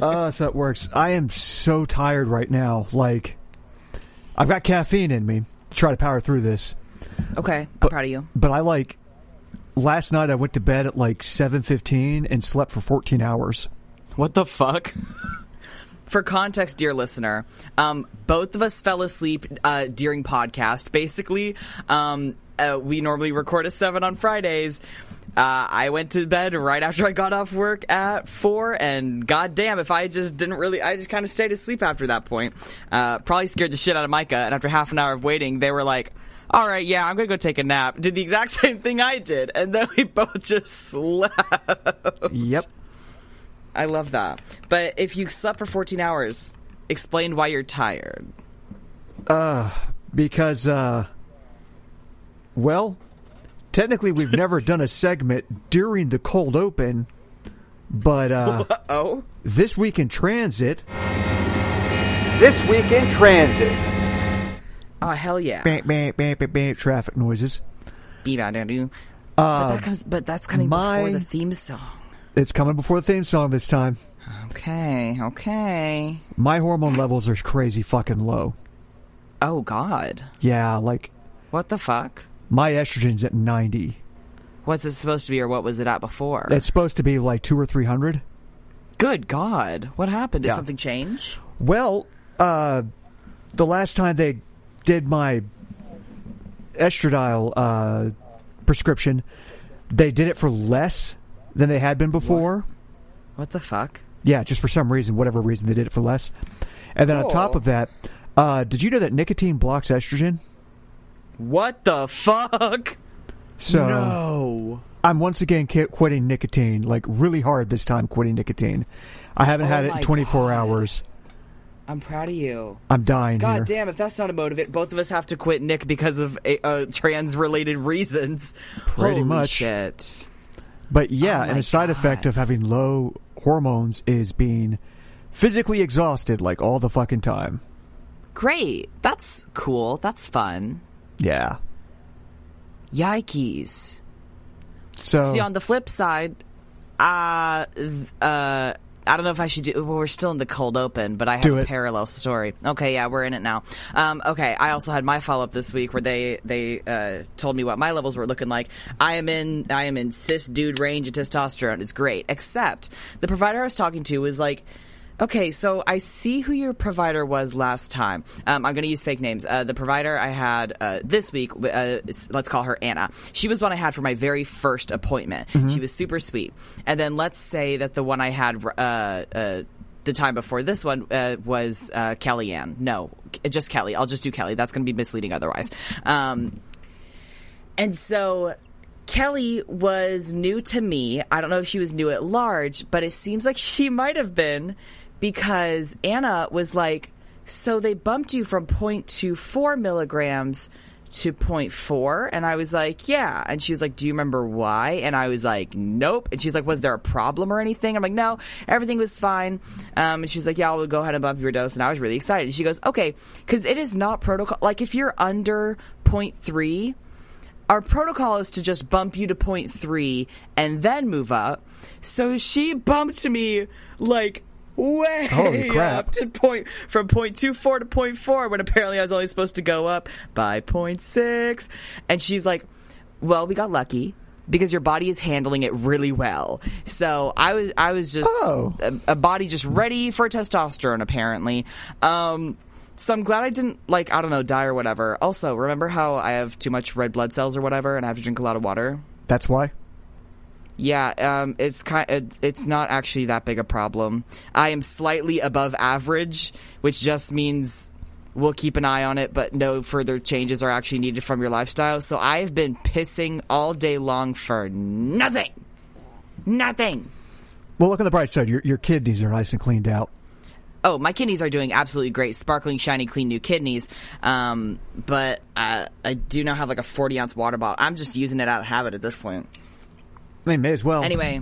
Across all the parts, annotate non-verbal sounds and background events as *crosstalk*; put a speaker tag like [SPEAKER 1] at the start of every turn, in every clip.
[SPEAKER 1] uh, so it works. I am so tired right now. Like, I've got caffeine in me to try to power through this.
[SPEAKER 2] Okay, I'm proud of you.
[SPEAKER 1] But I like last night. I went to bed at like seven fifteen and slept for fourteen hours.
[SPEAKER 3] What the fuck? *laughs*
[SPEAKER 2] For context, dear listener, um, both of us fell asleep uh, during podcast. Basically, um, uh, we normally record at seven on Fridays. Uh, I went to bed right after I got off work at four, and goddamn, if I just didn't really, I just kind of stayed asleep after that point. Uh, probably scared the shit out of Micah, and after half an hour of waiting, they were like, "All right, yeah, I'm gonna go take a nap." Did the exact *laughs* same thing I did, and then we both just *laughs* slept.
[SPEAKER 1] Yep.
[SPEAKER 2] I love that. But if you slept for 14 hours, explain why you're tired.
[SPEAKER 1] Uh, because uh, well, technically
[SPEAKER 4] *laughs*
[SPEAKER 1] we've never done a segment during the cold open,
[SPEAKER 4] *laughs*
[SPEAKER 1] but uh,
[SPEAKER 2] Oh,
[SPEAKER 1] this week in transit.
[SPEAKER 4] This week in transit.
[SPEAKER 2] oh hell yeah!
[SPEAKER 1] Bam, bam, bam, bam, bam, traffic noises.
[SPEAKER 2] Be bad, I do. But
[SPEAKER 1] Uh,
[SPEAKER 2] that comes, but that's coming
[SPEAKER 1] my-
[SPEAKER 2] before the theme song.
[SPEAKER 1] it's coming before the theme song this time.
[SPEAKER 2] Okay, okay.
[SPEAKER 1] My hormone levels are crazy fucking low.
[SPEAKER 2] Oh God,
[SPEAKER 1] Yeah, like
[SPEAKER 2] what the fuck?
[SPEAKER 1] my estrogen's at 90.
[SPEAKER 2] What's it supposed to be, or what was it at before?
[SPEAKER 1] It's supposed to be like two or 300.
[SPEAKER 2] Good God, what happened? Did
[SPEAKER 1] Yeah.
[SPEAKER 2] something change?
[SPEAKER 1] Well, uh, the last time they did my estradiol uh, prescription, they did it for less than they had been before.
[SPEAKER 2] What the fuck?
[SPEAKER 1] Yeah, just for some reason, whatever reason, they did it for less. And then on top
[SPEAKER 2] Cool.
[SPEAKER 1] of that, uh, did you know that nicotine blocks estrogen?
[SPEAKER 2] What the fuck?
[SPEAKER 1] So
[SPEAKER 2] no.
[SPEAKER 1] I'm once again ki- quitting nicotine, like really hard this time, quitting nicotine. I haven't
[SPEAKER 2] Oh
[SPEAKER 1] had it
[SPEAKER 2] my
[SPEAKER 1] in 24
[SPEAKER 2] God.
[SPEAKER 1] hours.
[SPEAKER 2] I'm proud of you.
[SPEAKER 1] I'm dying
[SPEAKER 2] God
[SPEAKER 1] here.
[SPEAKER 2] damn, if that's not a motivate, both of us have to quit Nick because of a, uh, trans related *laughs* reasons.
[SPEAKER 1] Pretty
[SPEAKER 2] Holy
[SPEAKER 1] much.
[SPEAKER 2] Shit.
[SPEAKER 1] But yeah,
[SPEAKER 2] Oh
[SPEAKER 1] and
[SPEAKER 2] my
[SPEAKER 1] a side
[SPEAKER 2] God.
[SPEAKER 1] effect of having low hormones is being physically exhausted like all the fucking time.
[SPEAKER 2] Great. That's cool. That's fun.
[SPEAKER 1] Yeah.
[SPEAKER 2] Yikes.
[SPEAKER 1] So
[SPEAKER 2] See, on the flip side, uh, th- uh, I don't know if I should do. Well, we're still in the cold open, but I have
[SPEAKER 1] Do
[SPEAKER 2] a
[SPEAKER 1] it.
[SPEAKER 2] parallel story. Okay, yeah, we're in it now. Um, okay, I also had my follow up this week where they they uh, told me what my levels were looking like. I am in I am in cis dude range of testosterone. It's great, except the provider I was talking to was like. Okay, so I see who your provider was last time. Um, I'm going to use fake names. Uh, the provider I had uh, this week, uh, is- let's call her Anna. She was one I had for my very first appointment. She was super sweet. And then let's say that the one I had uh, uh, the time before this one uh, was uh, Kellyanne. No, just Kelly. I'll just do Kelly. That's going to be misleading otherwise. Um, and so Kelly was new to me. I don't know if she was new at large, but it seems like she might have been because Anna was like, so they bumped you from 0.24 milligrams to 0.4 and I was like, "Yeah." And she was like, "Do you remember why?" And I was like, "Nope." And she's like, "Was there a problem or anything?" I'm like, "No, everything was fine." Um, and she's like, "Yeah, I'll go ahead and bump your dose." And I was really excited. And she goes, "Okay, cuz it is not protocol like if you're under 0.3 our protocol is to just bump you to point three and then move up. So she bumped me like way
[SPEAKER 1] Holy crap.
[SPEAKER 2] up to point from point two four to point four when apparently I was only supposed to go up by point six. And she's like, Well, we got lucky because your body is handling it really well. So I was I was just
[SPEAKER 1] Oh.
[SPEAKER 2] a, a body just ready for testosterone apparently. Um so I'm glad I didn't like I don't know die or whatever. Also, remember how I have too much red blood cells or whatever, and I have to drink a lot of water.
[SPEAKER 1] that's why.
[SPEAKER 2] Yeah, um, it's kind. It, it's not actually that big a problem. I am slightly above average, which just means we'll keep an eye on it, but no further changes are actually needed from your lifestyle. So I've been pissing all day long for nothing, nothing.
[SPEAKER 1] Well, look on the bright side. Your, your kidneys are nice and cleaned out.
[SPEAKER 2] oh, my kidneys are doing absolutely great, sparkling, shiny, clean new kidneys. Um, but uh, I do now have like a 40 ounce water bottle. I'm just using it out of habit at this point.
[SPEAKER 1] I mean, may as well.
[SPEAKER 2] Anyway,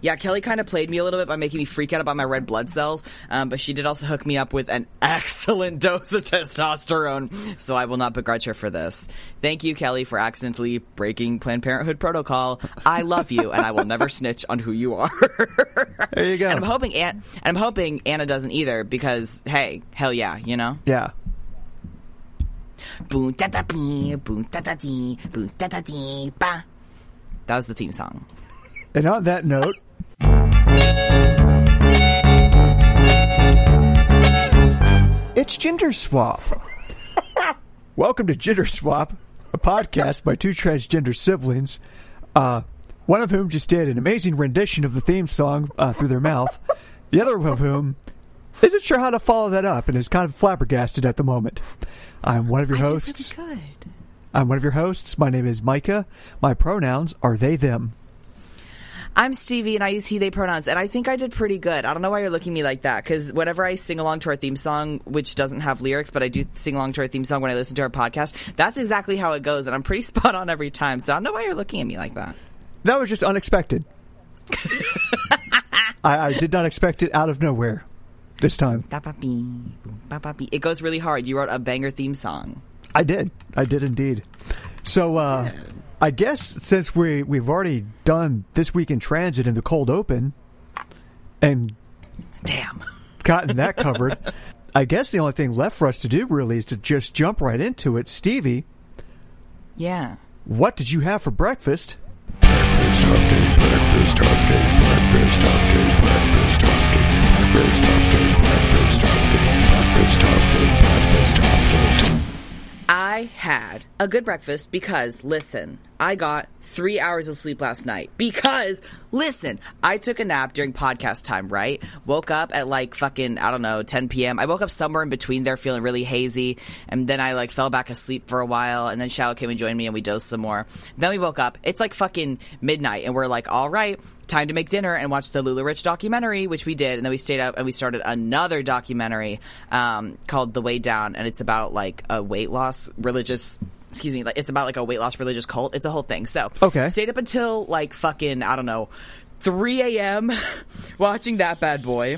[SPEAKER 2] Yeah, Kelly kind of played me a little bit by making me freak out about my red blood cells, um, but she did also hook me up with an *laughs* excellent dose of testosterone, so I will not begrudge her for this. Thank you, Kelly, for accidentally breaking Planned Parenthood protocol. I love you, and I will never snitch on who you are. *laughs*
[SPEAKER 1] There you go.
[SPEAKER 2] And I'm hoping An- and I'm hoping Anna doesn't either because hey, hell yeah, you know.
[SPEAKER 1] Yeah.
[SPEAKER 2] Boom da da bee, boom da da dee, boom da da dee ba. That was the theme song.
[SPEAKER 1] And on that note, it's Gender Swap. *laughs* Welcome to Gender Swap, a podcast by two transgender siblings, uh, one of whom just did an amazing rendition of the theme song uh, through their mouth, the other of whom isn't sure how to follow that up and is kind of flabbergasted at the moment. I'm one of your hosts.
[SPEAKER 2] Really good.
[SPEAKER 1] I'm one of your hosts. My name is Micah. My pronouns are they, them.
[SPEAKER 2] I'm Stevie and I use he, they pronouns, and I think I did pretty good. I don't know why you're looking at me like that because whenever I sing along to our theme song, which doesn't have lyrics, but I do sing along to our theme song when I listen to our podcast, that's exactly how it goes, and I'm pretty *laughs* spot on every time. So I don't know why you're looking at me like that.
[SPEAKER 1] That was just
[SPEAKER 2] *laughs*
[SPEAKER 1] unexpected. I, I did not expect it out of nowhere this time.
[SPEAKER 2] Ba-ba-bee, ba-ba-bee. It goes really hard. You wrote a banger theme song.
[SPEAKER 1] I did. I did indeed. So uh, I guess since we we've already done this week in transit in the cold open and
[SPEAKER 2] Damn.
[SPEAKER 1] gotten
[SPEAKER 2] *laughs*
[SPEAKER 1] that covered, I guess the only thing left for us to do really is to just jump right into it. Stevie,
[SPEAKER 2] Yeah.
[SPEAKER 1] what did you have for breakfast?
[SPEAKER 3] Breakfast update, breakfast update, breakfast update, breakfast update, breakfast update, breakfast update, breakfast update, breakfast update.
[SPEAKER 2] I had a good breakfast because, listen, I got three hours of sleep last night. Because, listen, I took a nap during podcast time, right? Woke up at like fucking, I don't know, 10 p.m. I woke up somewhere in between there feeling really hazy. And then I like fell back asleep for a while. And then Shallow came and joined me and we dozed some more. Then we woke up. It's like fucking midnight. And we're like, all right, time to make dinner and watch the Lula Rich documentary, which we did, and then we stayed up and we started another documentary um, called The Way Down, and it's about like a weight loss religious. Excuse me, like it's about like a weight loss religious cult. It's a whole thing. So
[SPEAKER 1] Okay.
[SPEAKER 2] stayed up until like fucking I don't know, three a.m. *laughs* watching that bad boy.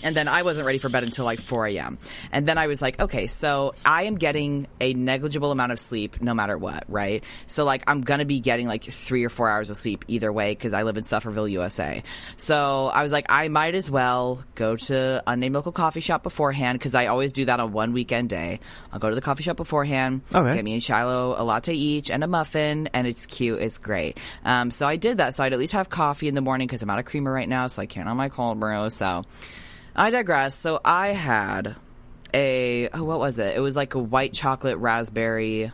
[SPEAKER 2] And then I wasn't ready for bed until like 4 a.m. And then I was like, okay, so I am getting a negligible amount of sleep no matter what, right? So, like, I'm going to be getting like three or four hours of sleep either way because I live in Sufferville, USA. So I was like, I might as well go to unnamed local coffee shop beforehand because I always do that on one weekend day. I'll go to the coffee shop beforehand,
[SPEAKER 1] Okay.
[SPEAKER 2] get me and Shiloh a latte each and a muffin, and it's cute, it's great. Um, so I did that. So I'd at least have coffee in the morning because I'm out of creamer right now, so I can't on my cold brew. So. I digress. So I had a oh, what was it? It was like a white chocolate raspberry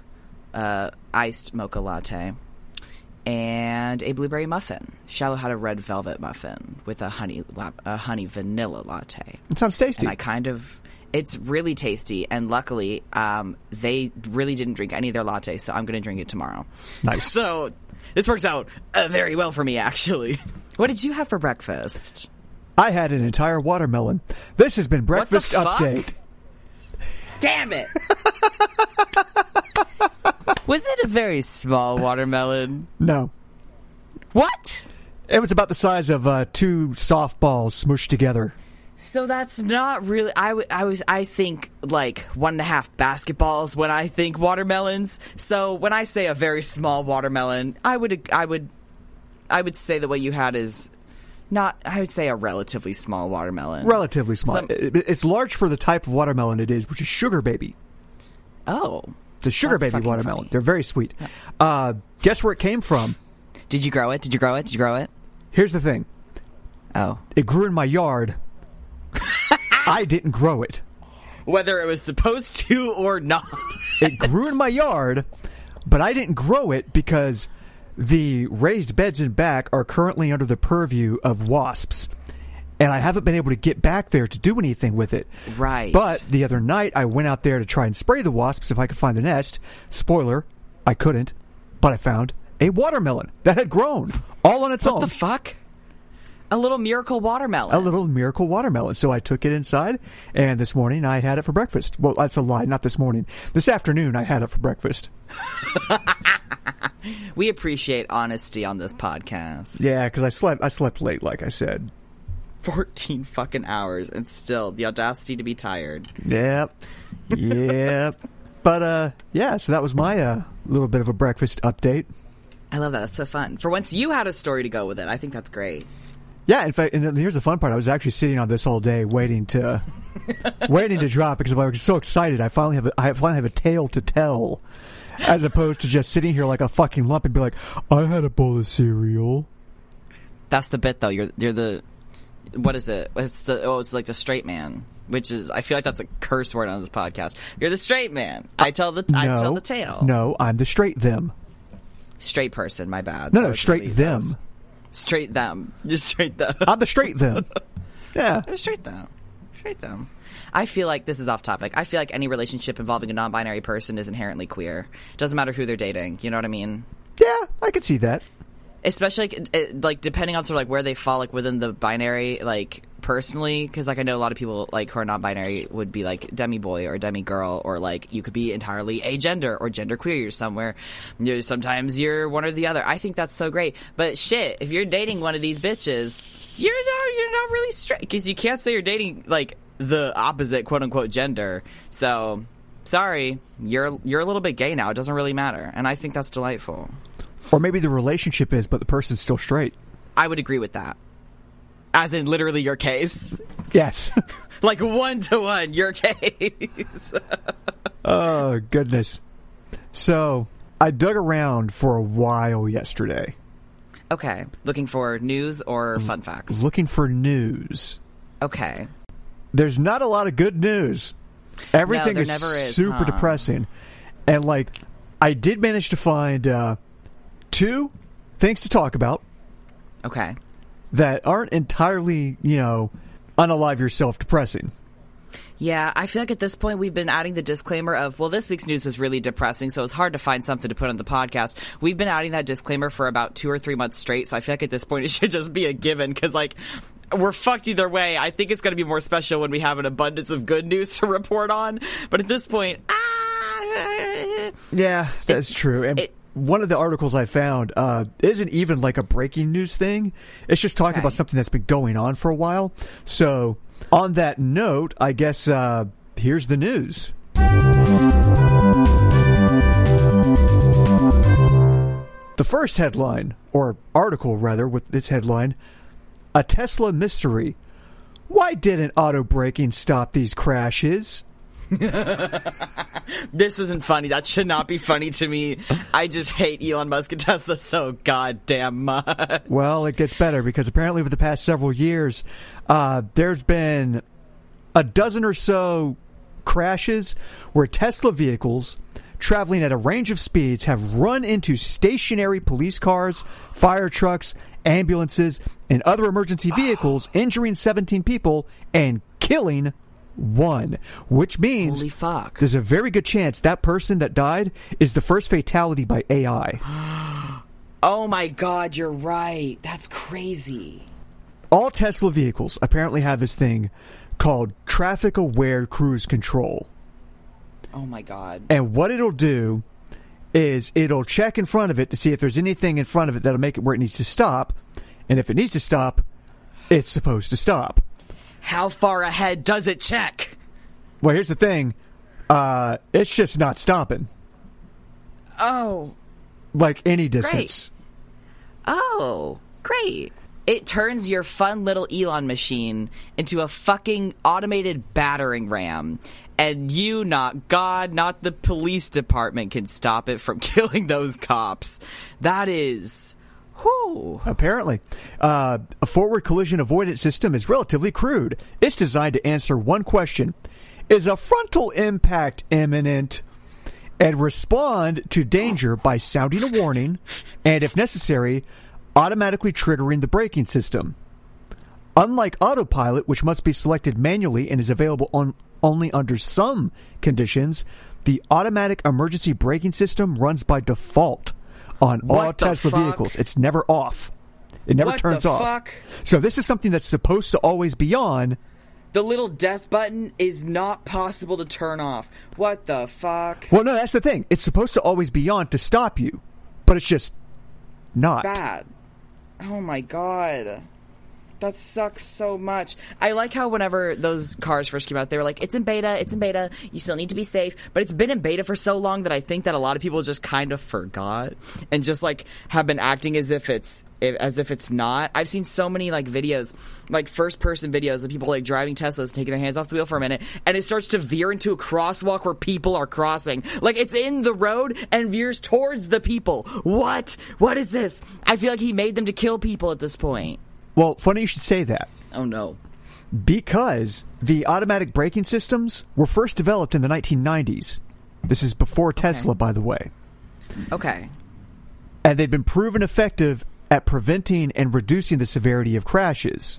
[SPEAKER 2] uh, iced mocha latte and a blueberry muffin. Shallow had a red velvet muffin with a honey la- a honey vanilla latte.
[SPEAKER 1] It sounds tasty.
[SPEAKER 2] And I kind of it's really tasty and luckily um, they really didn't drink any of their lattes, so I'm going to drink it tomorrow.
[SPEAKER 1] Nice.
[SPEAKER 2] So this works out uh, very well for me actually. *laughs* What did you have for breakfast?
[SPEAKER 1] I had an entire watermelon. This has been
[SPEAKER 2] the
[SPEAKER 1] breakfast
[SPEAKER 2] fuck?
[SPEAKER 1] update.
[SPEAKER 2] Damn it! *laughs* Was it a very small watermelon?
[SPEAKER 1] No,
[SPEAKER 2] What?
[SPEAKER 1] it was about the size of uh, two softballs smooshed together.
[SPEAKER 2] So that's not really. I, w- I was. I think like one and a half basketballs when I think watermelons. So when I say a very small watermelon, I would. I would. I would say the way you had is not. I would say a relatively small watermelon.
[SPEAKER 1] Relatively small.
[SPEAKER 2] Some-
[SPEAKER 1] It- it- it's large for the type of watermelon it is, which is sugar baby.
[SPEAKER 2] oh,
[SPEAKER 1] It's a sugar
[SPEAKER 2] That's
[SPEAKER 1] baby
[SPEAKER 2] fucking
[SPEAKER 1] watermelon.
[SPEAKER 2] funny.
[SPEAKER 1] They're very sweet. Uh, guess where it came from?
[SPEAKER 2] did you grow it? Did you grow it? Did you grow it?
[SPEAKER 1] Here's the thing.
[SPEAKER 2] Oh,
[SPEAKER 1] It grew in my
[SPEAKER 2] *laughs*
[SPEAKER 1] yard. I didn't grow it.
[SPEAKER 2] whether it was supposed to or not.
[SPEAKER 1] It grew in my yard, but I didn't grow it because the raised beds in back are currently under the purview of wasps. And I haven't been able to get back there to do anything with it.
[SPEAKER 2] Right.
[SPEAKER 1] But the other night, I went out there to try and spray the wasps if I could find the nest. Spoiler, I couldn't, but I found a watermelon that had grown all on its own.
[SPEAKER 2] What the fuck? A little miracle watermelon.
[SPEAKER 1] a little miracle watermelon. So I took it inside, and this morning I had it for breakfast. Well, that's a lie. Not this morning. This afternoon I had it for breakfast.
[SPEAKER 2] We appreciate honesty on this podcast.
[SPEAKER 1] Yeah, because I slept. I slept late, like I said.
[SPEAKER 2] 14 fucking hours and still the audacity to be tired.
[SPEAKER 1] Yep.
[SPEAKER 2] *laughs*
[SPEAKER 1] Yep. but uh, yeah. So that was my uh little bit of a breakfast update.
[SPEAKER 2] I love that. That's so fun. For once, you had a story to go with it. I think that's great.
[SPEAKER 1] Yeah. In fact, and here's the fun part. I was actually sitting on this all day waiting
[SPEAKER 2] *laughs*
[SPEAKER 1] to. waiting to drop because I was so excited. I finally have a, I finally have a tale to tell, as opposed to just sitting here like a fucking lump and be like, I had a bowl of cereal.
[SPEAKER 2] That's the bit though. You're you're the what is it? It's the oh, it's like the straight man, which is I feel like that's a curse word on this podcast. You're the straight man. I tell the I
[SPEAKER 1] no,
[SPEAKER 2] tell the tale.
[SPEAKER 1] No, I'm the straight them.
[SPEAKER 2] straight person. My bad.
[SPEAKER 1] No, no,
[SPEAKER 2] That was
[SPEAKER 1] straight
[SPEAKER 2] Lizzo's.
[SPEAKER 1] them. Uh,
[SPEAKER 2] Straight them. *laughs* Just straight them. *laughs*
[SPEAKER 1] I'm the straight them. Yeah.
[SPEAKER 2] straight them. Straight them. I feel like this is off topic. I feel like any relationship involving a non-binary person is inherently queer. Doesn't matter who they're dating. You know what I mean?
[SPEAKER 1] Yeah, I could see that.
[SPEAKER 2] especially like, it, like depending on sort of like where they fall like within the binary like personally because like i know a lot of people like who are non-binary would be like demi boy or demi girl or like you could be entirely a gender or gender queer you're somewhere you know, sometimes you're one or the other i think that's so great but shit if you're dating one of these bitches you're not you're not really straight because you can't say you're dating like the opposite quote unquote gender so sorry you're you're a little bit gay now it doesn't really matter and i think that's delightful
[SPEAKER 1] Or maybe the relationship is, but the person's still straight.
[SPEAKER 2] I would agree with that. As in literally your case. *laughs*
[SPEAKER 1] Yes. *laughs*
[SPEAKER 2] Like one to one, your *laughs* case.
[SPEAKER 1] oh goodness. So I dug around for a while yesterday,
[SPEAKER 2] okay. Looking for news or fun facts.
[SPEAKER 1] looking for news.
[SPEAKER 2] Okay.
[SPEAKER 1] There's not a lot of good news. Everything
[SPEAKER 2] there
[SPEAKER 1] is,
[SPEAKER 2] never is,
[SPEAKER 1] super
[SPEAKER 2] huh?
[SPEAKER 1] depressing, and like I did manage to find uh, two things to talk about.
[SPEAKER 2] Okay.
[SPEAKER 1] that aren't entirely, you know, unalive yourself depressing.
[SPEAKER 2] Yeah, I feel like at this point we've been adding the disclaimer of, well, this week's news was really depressing, so it's hard to find something to put on the podcast. We've been adding that disclaimer for about two or three months straight, so I feel like at this point *laughs* it should just be a given because, like, we're fucked either way. I think it's going to be more special when we have an abundance of good news *laughs* to report on, but at this point, ah,
[SPEAKER 1] Yeah, that's true. And
[SPEAKER 2] it-
[SPEAKER 1] one of the articles I found uh, isn't even like a breaking news thing. It's just talking
[SPEAKER 2] Okay.
[SPEAKER 1] about something that's been going on for a while. So, on that note, I guess uh, here's the news. The first headline, or article rather, with its headline A Tesla Mystery. Why didn't auto braking stop these crashes?
[SPEAKER 2] this isn't funny. That should not be funny to me. I just hate Elon Musk and Tesla so goddamn much.
[SPEAKER 1] Well, it gets better because apparently over the past several years, uh, there's been a dozen or so crashes where Tesla vehicles traveling at a range of speeds have run into stationary police cars, fire trucks, ambulances, and other emergency vehicles, injuring 17 people and killing one, which means
[SPEAKER 2] Holy fuck.
[SPEAKER 1] there's a very good chance that person that died is the first fatality by AI.
[SPEAKER 2] Oh my god, you're right. That's crazy.
[SPEAKER 1] all Tesla vehicles apparently have this thing called traffic aware cruise control.
[SPEAKER 2] Oh my god.
[SPEAKER 1] And what it'll do is it'll check in front of it to see if there's anything in front of it that'll make it where it needs to stop. And if it needs to stop, it's supposed to stop.
[SPEAKER 2] How far ahead does it check?
[SPEAKER 1] Well, here's the thing uh, it's just not stopping
[SPEAKER 2] Oh.
[SPEAKER 1] like any distance.
[SPEAKER 2] Oh. Great. It turns your fun little Elon machine into a fucking automated battering ram. And you, not God, not the police department, can stop it from *laughs* killing those cops. That is. Whoo.
[SPEAKER 1] Apparently, uh, a forward collision avoidance system is relatively crude. It's designed to answer one question Is a frontal impact imminent? And respond to danger by sounding a warning and, if necessary, automatically triggering the braking system. Unlike autopilot, which must be selected manually and is available on only under some conditions, the automatic emergency braking system runs by default on all
[SPEAKER 2] What the
[SPEAKER 1] Tesla
[SPEAKER 2] fuck?
[SPEAKER 1] vehicles. It's never off. It never
[SPEAKER 2] What
[SPEAKER 1] turns
[SPEAKER 2] the
[SPEAKER 1] off.
[SPEAKER 2] fuck?
[SPEAKER 1] So this is something that's supposed to always be on.
[SPEAKER 2] The little death button is not possible to turn off. What the fuck?
[SPEAKER 1] Well, no, that's the thing. It's supposed to always be on to stop you. but it's just not.
[SPEAKER 2] bad. Oh my god. That sucks so much. I like how whenever those cars first came out, they were like, "It's in beta, it's in beta. You still need to be safe." But it's been in beta for so long that I think that a lot of people just kind of forgot and just like have been acting as if it's as if it's not. I've seen so many like videos, like first person videos of people like driving Teslas, taking their hands off the wheel for a minute, and it starts to veer into a crosswalk where people are crossing. Like it's in the road and veers towards the people. What? What is this? I feel like he made them to kill people at this point.
[SPEAKER 1] Well, funny you should say that
[SPEAKER 2] Oh no.
[SPEAKER 1] because the automatic braking systems were first developed in the 1990s. This is before Tesla, by the way.
[SPEAKER 2] Okay.
[SPEAKER 1] And they've been proven effective at preventing and reducing the severity of crashes.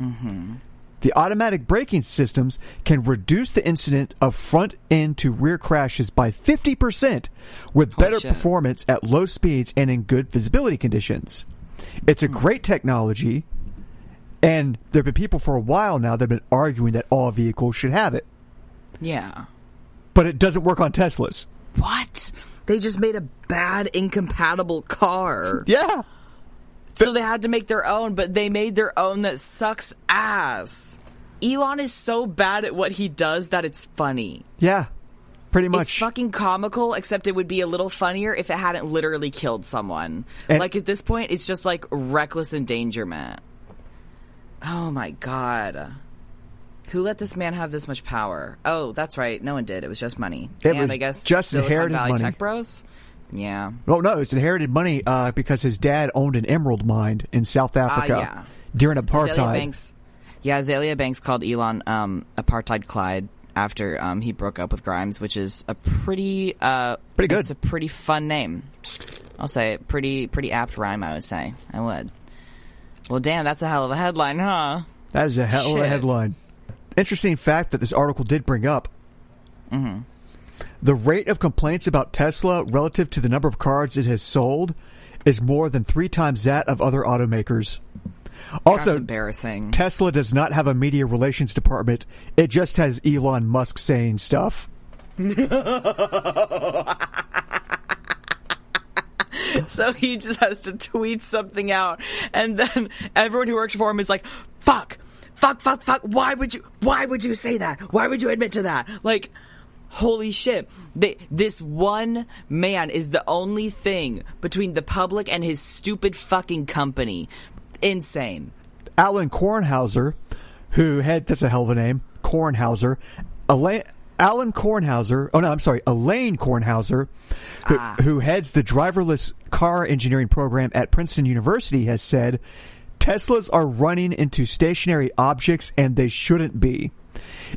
[SPEAKER 2] Mm-hmm.
[SPEAKER 1] The automatic braking systems can reduce the incident of front end to rear crashes by 50% with better
[SPEAKER 2] shit.
[SPEAKER 1] performance at low speeds and in good visibility conditions. It's
[SPEAKER 2] Hmm.
[SPEAKER 1] a great technology, and there have been people for a while now that have been arguing that all vehicles should have it,
[SPEAKER 2] Yeah.
[SPEAKER 1] but it doesn't work on Teslas.
[SPEAKER 2] What? They just made a bad incompatible car.
[SPEAKER 1] Yeah.
[SPEAKER 2] So they had to make their own, but they made their own that sucks ass. Elon is so bad at what he does that it's funny.
[SPEAKER 1] Yeah. Pretty much.
[SPEAKER 2] It's fucking comical, except it would be a little funnier if it hadn't literally killed someone.
[SPEAKER 1] And-
[SPEAKER 2] like at this point, it's just like reckless endangerment. Oh my god. Who let this man have this much power? Oh, that's right. No one did. It was just money.
[SPEAKER 1] It
[SPEAKER 2] and
[SPEAKER 1] was
[SPEAKER 2] I guess
[SPEAKER 1] just
[SPEAKER 2] Silicon
[SPEAKER 1] inherited
[SPEAKER 2] Valley
[SPEAKER 1] money.
[SPEAKER 2] Tech Bros. Yeah.
[SPEAKER 1] Oh no, it's inherited money uh, because his dad owned an emerald mine in South Africa
[SPEAKER 2] Ah, yeah.
[SPEAKER 1] during
[SPEAKER 2] Azalea
[SPEAKER 1] apartheid.
[SPEAKER 2] Banks. Yeah, Azalea Banks called Elon um, apartheid Clyde after um, he broke up with Grimes, which is a pretty uh,
[SPEAKER 1] Pretty good.
[SPEAKER 2] It's a pretty fun name. I'll say it. pretty pretty apt rhyme. I would say I would. Well, damn, that's a hell of a headline, huh?
[SPEAKER 1] That is a hell of a
[SPEAKER 2] Shit.
[SPEAKER 1] headline. Interesting fact that this article did bring up.
[SPEAKER 2] Mm-hmm.
[SPEAKER 1] The rate of complaints about Tesla relative to the number of cars it has sold is more than three times that of other automakers.
[SPEAKER 2] That's
[SPEAKER 1] Also,
[SPEAKER 2] embarrassing.
[SPEAKER 1] Tesla does not have a media relations department. It just has Elon Musk saying stuff.
[SPEAKER 2] So he just has to tweet something out, and then everyone who works for him is like, "Fuck, fuck, fuck, fuck! Why would you? Why would you say that? Why would you admit to that?" Like, holy shit! They, this one man is the only thing between the public and his stupid fucking company. Insane.
[SPEAKER 1] Alan Kornhauser, who had that's a hell of a name, Kornhauser, Elaine, Alan Kornhauser. Oh no, I'm sorry, Elaine Kornhauser, who, who heads the driverless car engineering program at Princeton University, has said Teslas are running into stationary objects and they shouldn't be.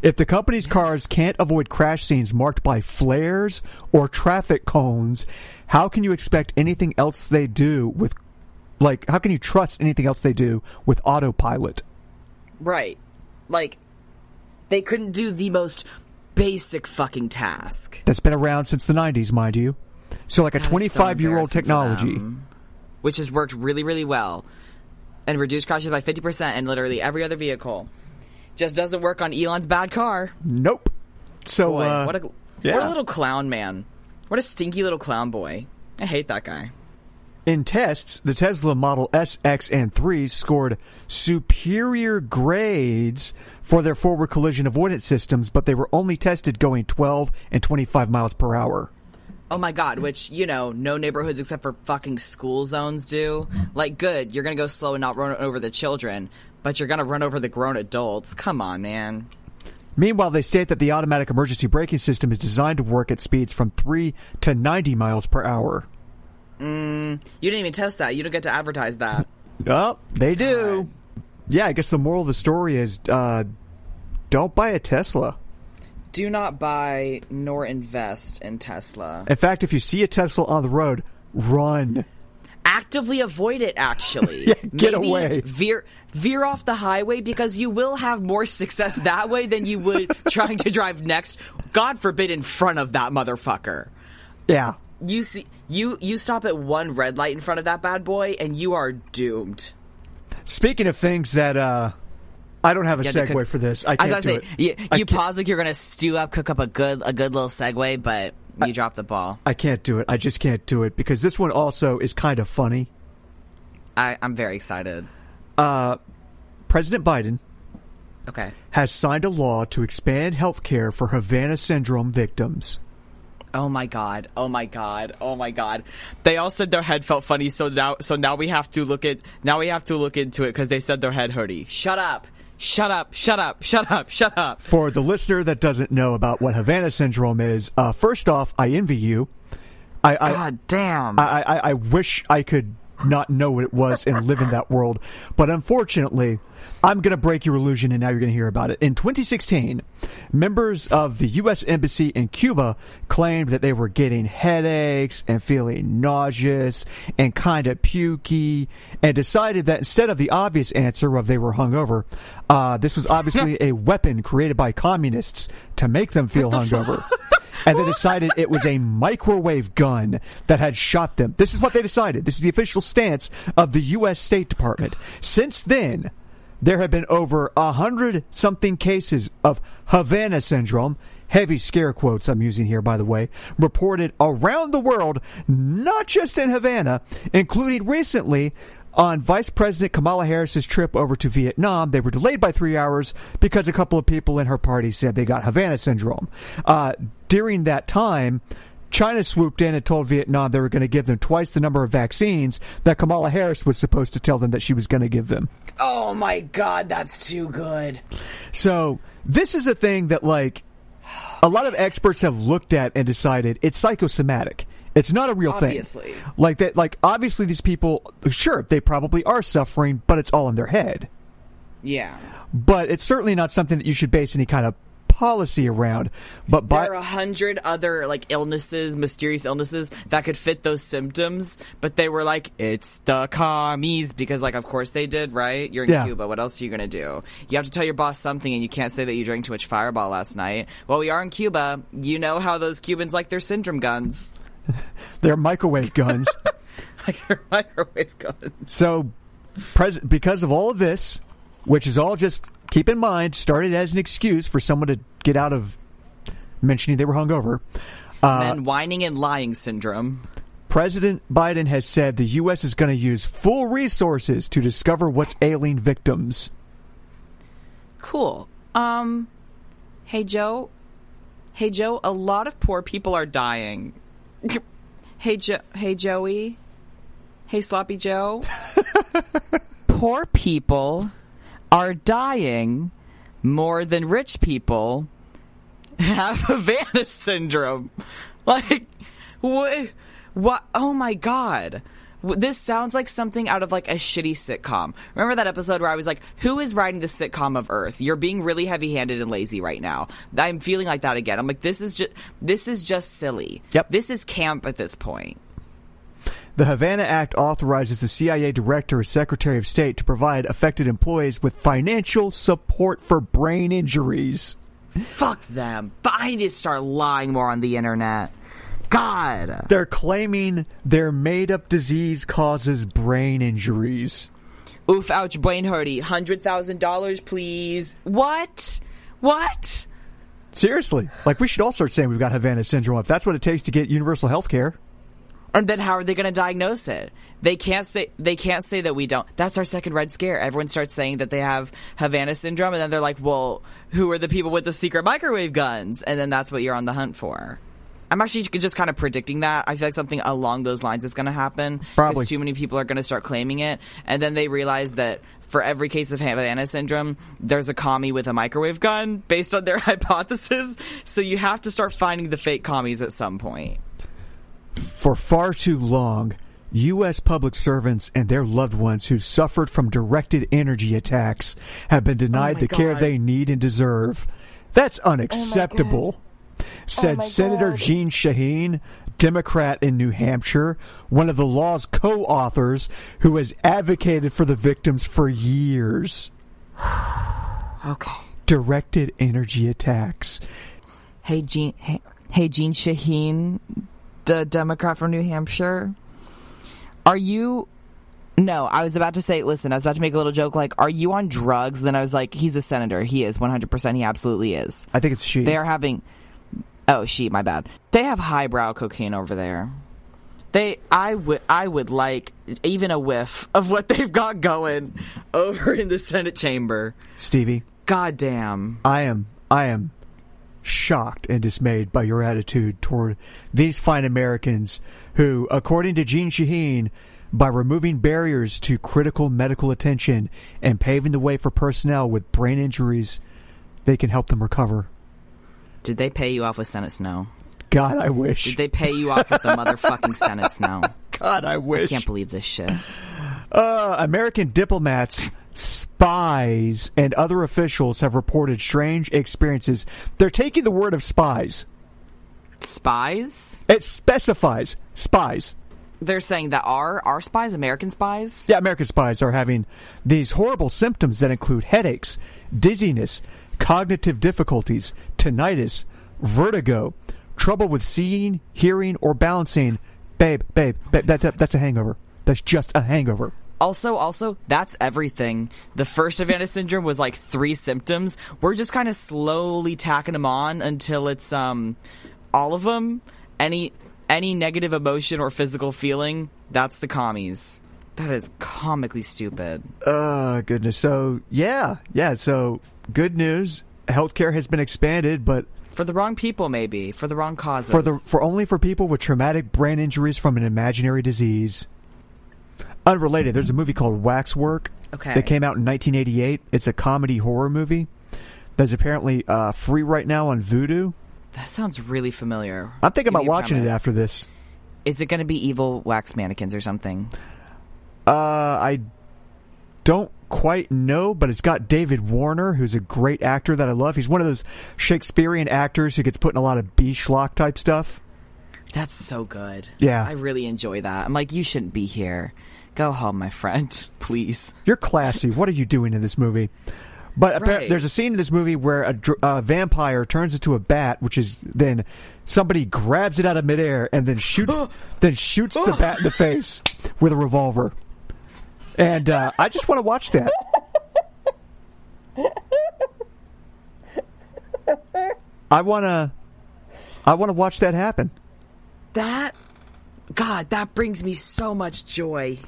[SPEAKER 1] If the company's cars can't avoid crash scenes marked by flares or traffic cones, how can you expect anything else they do with like how can you trust anything else they do with autopilot
[SPEAKER 2] Right. Like, they couldn't do the most basic fucking task.
[SPEAKER 1] that's been around since the 90s mind you so like a
[SPEAKER 2] That is so
[SPEAKER 1] 25 year old
[SPEAKER 2] embarrassing for
[SPEAKER 1] technology
[SPEAKER 2] them, which has worked really, really well and reduced crashes by 50% in literally every other vehicle. Just doesn't work on Elon's bad car.
[SPEAKER 1] nope so
[SPEAKER 2] Boy,
[SPEAKER 1] uh,
[SPEAKER 2] what, a,
[SPEAKER 1] yeah.
[SPEAKER 2] what a little clown man. What a stinky little clown boy. I hate that guy.
[SPEAKER 1] in tests the tesla model s x and 3 scored superior grades for their forward collision avoidance systems but they were only tested going 12 and 25 miles per hour
[SPEAKER 2] Oh my god, which, you know, no neighborhoods except for fucking school zones do. Like, good, you're gonna go slow and not run over the children, but you're gonna run over the grown adults. Come on, man.
[SPEAKER 1] Meanwhile, they state that the automatic emergency braking system is designed to work at speeds from 3 to 90 miles per hour.
[SPEAKER 2] You didn't even test that. You don't get to advertise that.
[SPEAKER 1] Oh, they do. Yeah, I guess the moral of the story is uh, don't buy a Tesla.
[SPEAKER 2] Do not buy nor invest in Tesla.
[SPEAKER 1] In fact, if you see a Tesla on the road, run.
[SPEAKER 2] actively avoid it actually
[SPEAKER 1] *laughs* Yeah, get
[SPEAKER 2] Maybe
[SPEAKER 1] away.
[SPEAKER 2] veer veer off the highway because you will have more success that way than you would
[SPEAKER 1] *laughs*
[SPEAKER 2] trying to drive next god forbid in front of that motherfucker
[SPEAKER 1] Yeah.
[SPEAKER 2] you see you you stop at one red light in front of that bad boy and you are doomed
[SPEAKER 1] Speaking of things that uh, I don't have a
[SPEAKER 2] Yeah, they
[SPEAKER 1] segue
[SPEAKER 2] could-
[SPEAKER 1] for this. I
[SPEAKER 2] I
[SPEAKER 1] can't
[SPEAKER 2] was
[SPEAKER 1] do
[SPEAKER 2] gonna
[SPEAKER 1] it.
[SPEAKER 2] say, you,
[SPEAKER 1] I
[SPEAKER 2] you
[SPEAKER 1] can't-
[SPEAKER 2] pause like you're gonna stew up, cook up a good, a good little segue, but You dropped the ball.
[SPEAKER 1] I can't do it. I just can't do it because this one also is kind of funny.
[SPEAKER 2] I, I'm very excited.
[SPEAKER 1] President Biden
[SPEAKER 2] Okay.
[SPEAKER 1] has signed a law to expand health care for Havana syndrome victims.
[SPEAKER 2] Oh my god. Oh my god. Oh my god. They all said their head felt funny, so now so now we have to look at now we have to look into it because they said their head hurty. Shut up. Shut up. Shut up. Shut up. Shut up.
[SPEAKER 1] For the listener that doesn't know about what Havana syndrome is, uh, first off, I envy you. I, I,
[SPEAKER 2] God damn.
[SPEAKER 1] I, I, I wish I could not know what it was and live in that world. But unfortunately, I'm going to break your illusion, and now you're going to hear about it. In 2016, members of the U.S. Embassy in Cuba claimed that they were getting headaches and feeling nauseous and kind of pukey, and decided that instead of the obvious answer of they were hungover, uh, this was obviously a weapon created by communists to make them feel hungover. and they decided it was a microwave gun that had shot them. This is what they decided. This is the official stance of the U.S. State Department. Since then, there have been over a hundred something cases of Havana syndrome. Heavy scare quotes I'm using here, by the way, reported around the world, not just in Havana, including recently on Vice President Kamala Harris's trip over to Vietnam, they were delayed by three hours because a couple of people in her party said they got Havana syndrome. Uh, during that time, China swooped in and told Vietnam they were going to give them twice the number of vaccines that Kamala Harris was supposed to tell them that she was going to give them.
[SPEAKER 2] oh my god, that's too good.
[SPEAKER 1] So this is a thing that like a lot of experts have looked at and decided it's psychosomatic. It's not a real
[SPEAKER 2] Obviously.
[SPEAKER 1] thing. Like that like obviously these people sure they probably are suffering, but it's all in their head.
[SPEAKER 2] Yeah.
[SPEAKER 1] But it's certainly not something that you should base any kind of policy around. But by
[SPEAKER 2] there are a hundred other like illnesses, mysterious illnesses that could fit those symptoms, but they were like, it's the commies because, like, of course they did, right? You're in
[SPEAKER 1] Yeah.
[SPEAKER 2] Cuba. What else are you gonna do? You have to tell your boss something, and you can't say that you drank too much Fireball last night. Well, we are in Cuba. You know how those Cubans like their syndrome guns, *laughs*
[SPEAKER 1] they're microwave guns.
[SPEAKER 2] like their microwave guns.
[SPEAKER 1] So, pres- because of all of this, which is all just keep in mind, started as an excuse for someone to get out of mentioning they were hungover. Uh,
[SPEAKER 2] Men whining and lying syndrome.
[SPEAKER 1] President Biden has said the U.S. is going to use full resources to discover what's ailing victims.
[SPEAKER 2] Cool. Um, hey Joe. Hey Joe, a lot of poor people are dying. *laughs* hey Joe, hey Joey. Hey Sloppy Joe. poor people are dying more than rich people have Havana syndrome. *laughs* Like what what oh my god. W- This sounds like something out of like a shitty sitcom. Remember that episode where I was like, "Who is writing the sitcom of Earth? You're being really heavy-handed and lazy right now." I'm feeling like that again. I'm like, "This is just this is just silly.
[SPEAKER 1] Yep.
[SPEAKER 2] This is camp at this point."
[SPEAKER 1] The Havana Act authorizes the CIA director or Secretary of State to provide affected employees with financial support for brain injuries.
[SPEAKER 2] Fuck them. But I need to start lying more on the internet. God.
[SPEAKER 1] They're claiming their made up disease causes brain injuries.
[SPEAKER 2] Oof, ouch, brain hurty. $100,000, please. What? What?
[SPEAKER 1] Seriously. Like, we should all start saying we've got Havana syndrome if that's what it takes to get universal health care.
[SPEAKER 2] And then how are they going to diagnose it? They can't say they can't say that we don't. That's our second red scare. Everyone starts saying that they have Havana syndrome and then they're like, "Well, who are the people with the secret microwave guns?" And then that's what you're on the hunt for. I'm actually just kind of predicting that. I feel like something along those lines is going to happen. 'cause
[SPEAKER 1] Probably.
[SPEAKER 2] too many people are going to start claiming it, and then they realize that for every case of Havana syndrome, there's a commie with a microwave gun based on their *laughs* hypothesis. So you have to start finding the fake commies at some point.
[SPEAKER 1] For far too long, U.S. public servants and their loved ones who've suffered from directed energy attacks have been denied
[SPEAKER 2] Oh my
[SPEAKER 1] the care
[SPEAKER 2] God.
[SPEAKER 1] they need and deserve. That's
[SPEAKER 2] Oh
[SPEAKER 1] unacceptable, said Senator Gene Shaheen, Democrat in New Hampshire, one of the law's co authors who has advocated for the victims for years.
[SPEAKER 2] Okay.
[SPEAKER 1] Directed energy attacks.
[SPEAKER 2] Hey, Gene. Hey, hey Gene Shaheen, the Democrat from New Hampshire. Are you? No, I was about to say. Listen, I was about to make a little joke. Like, are you on drugs? Then I was like, he's a senator. He is 100. percent He absolutely is.
[SPEAKER 1] I think it's she.
[SPEAKER 2] They are having. Oh, she, my bad. They have highbrow cocaine over there. They, I would, I would like even a whiff of what they've got going *laughs* over in the Senate chamber.
[SPEAKER 1] Stevie,
[SPEAKER 2] God damn.
[SPEAKER 1] I am I am shocked and dismayed by your attitude toward these fine Americans who, according to Gene Shaheen, by removing barriers to critical medical attention and paving the way for personnel with brain injuries, they can help them recover.
[SPEAKER 2] Did they pay you off with Senate snow?
[SPEAKER 1] God, I wish.
[SPEAKER 2] Did they pay you off with the motherfucking Senate snow?
[SPEAKER 1] God, I wish.
[SPEAKER 2] Can't believe this shit.
[SPEAKER 1] Uh, American diplomats, spies, and other officials have reported strange experiences. They're taking the word of spies.
[SPEAKER 2] Spies?
[SPEAKER 1] It specifies spies.
[SPEAKER 2] They're saying that are are spies American spies?
[SPEAKER 1] Yeah, American spies are having these horrible symptoms that include headaches, dizziness, cognitive difficulties, tinnitus, vertigo, trouble with seeing, hearing, or balancing. Babe, babe, babe that, that, that's a hangover. That's just a hangover.
[SPEAKER 2] Also, also, that's everything. The first Havana syndrome was like three symptoms. We're just kind of slowly tacking them on until it's um all of them. Any any negative emotion or physical feeling, that's the commies. That is comically stupid.
[SPEAKER 1] Uh, goodness. So, yeah, yeah. So, good news. Healthcare has been expanded, but
[SPEAKER 2] For the wrong people, maybe. For the wrong causes.
[SPEAKER 1] for the for only for people with traumatic brain injuries from an imaginary disease. Unrelated, there's a movie called Waxwork
[SPEAKER 2] Okay.
[SPEAKER 1] that came out in 1988. It's a comedy horror movie that's apparently uh, free right now on Vudu.
[SPEAKER 2] that sounds really familiar.
[SPEAKER 1] I'm thinking
[SPEAKER 2] Give
[SPEAKER 1] about
[SPEAKER 2] me a
[SPEAKER 1] watching it
[SPEAKER 2] premise.
[SPEAKER 1] after this.
[SPEAKER 2] Is it going to be evil wax mannequins or something?
[SPEAKER 1] Uh, I don't quite know, but it's got David Warner, who's a great actor that I love. He's one of those Shakespearean actors who gets put in a lot of B schlock type stuff.
[SPEAKER 2] That's so good.
[SPEAKER 1] Yeah.
[SPEAKER 2] I really enjoy that. I'm like, you shouldn't be here. Go home, my friend. *laughs* Please.
[SPEAKER 1] You're classy. What are you doing in this movie? But appar-
[SPEAKER 2] Right.
[SPEAKER 1] there's a scene in this movie where a, dr- a vampire turns into a bat, which is then somebody grabs it out of midair and then shoots, then shoots the bat in the face with a revolver. And uh, I just want to watch that. I wanna, I wanna watch that happen.
[SPEAKER 2] That, God, that brings me so much joy.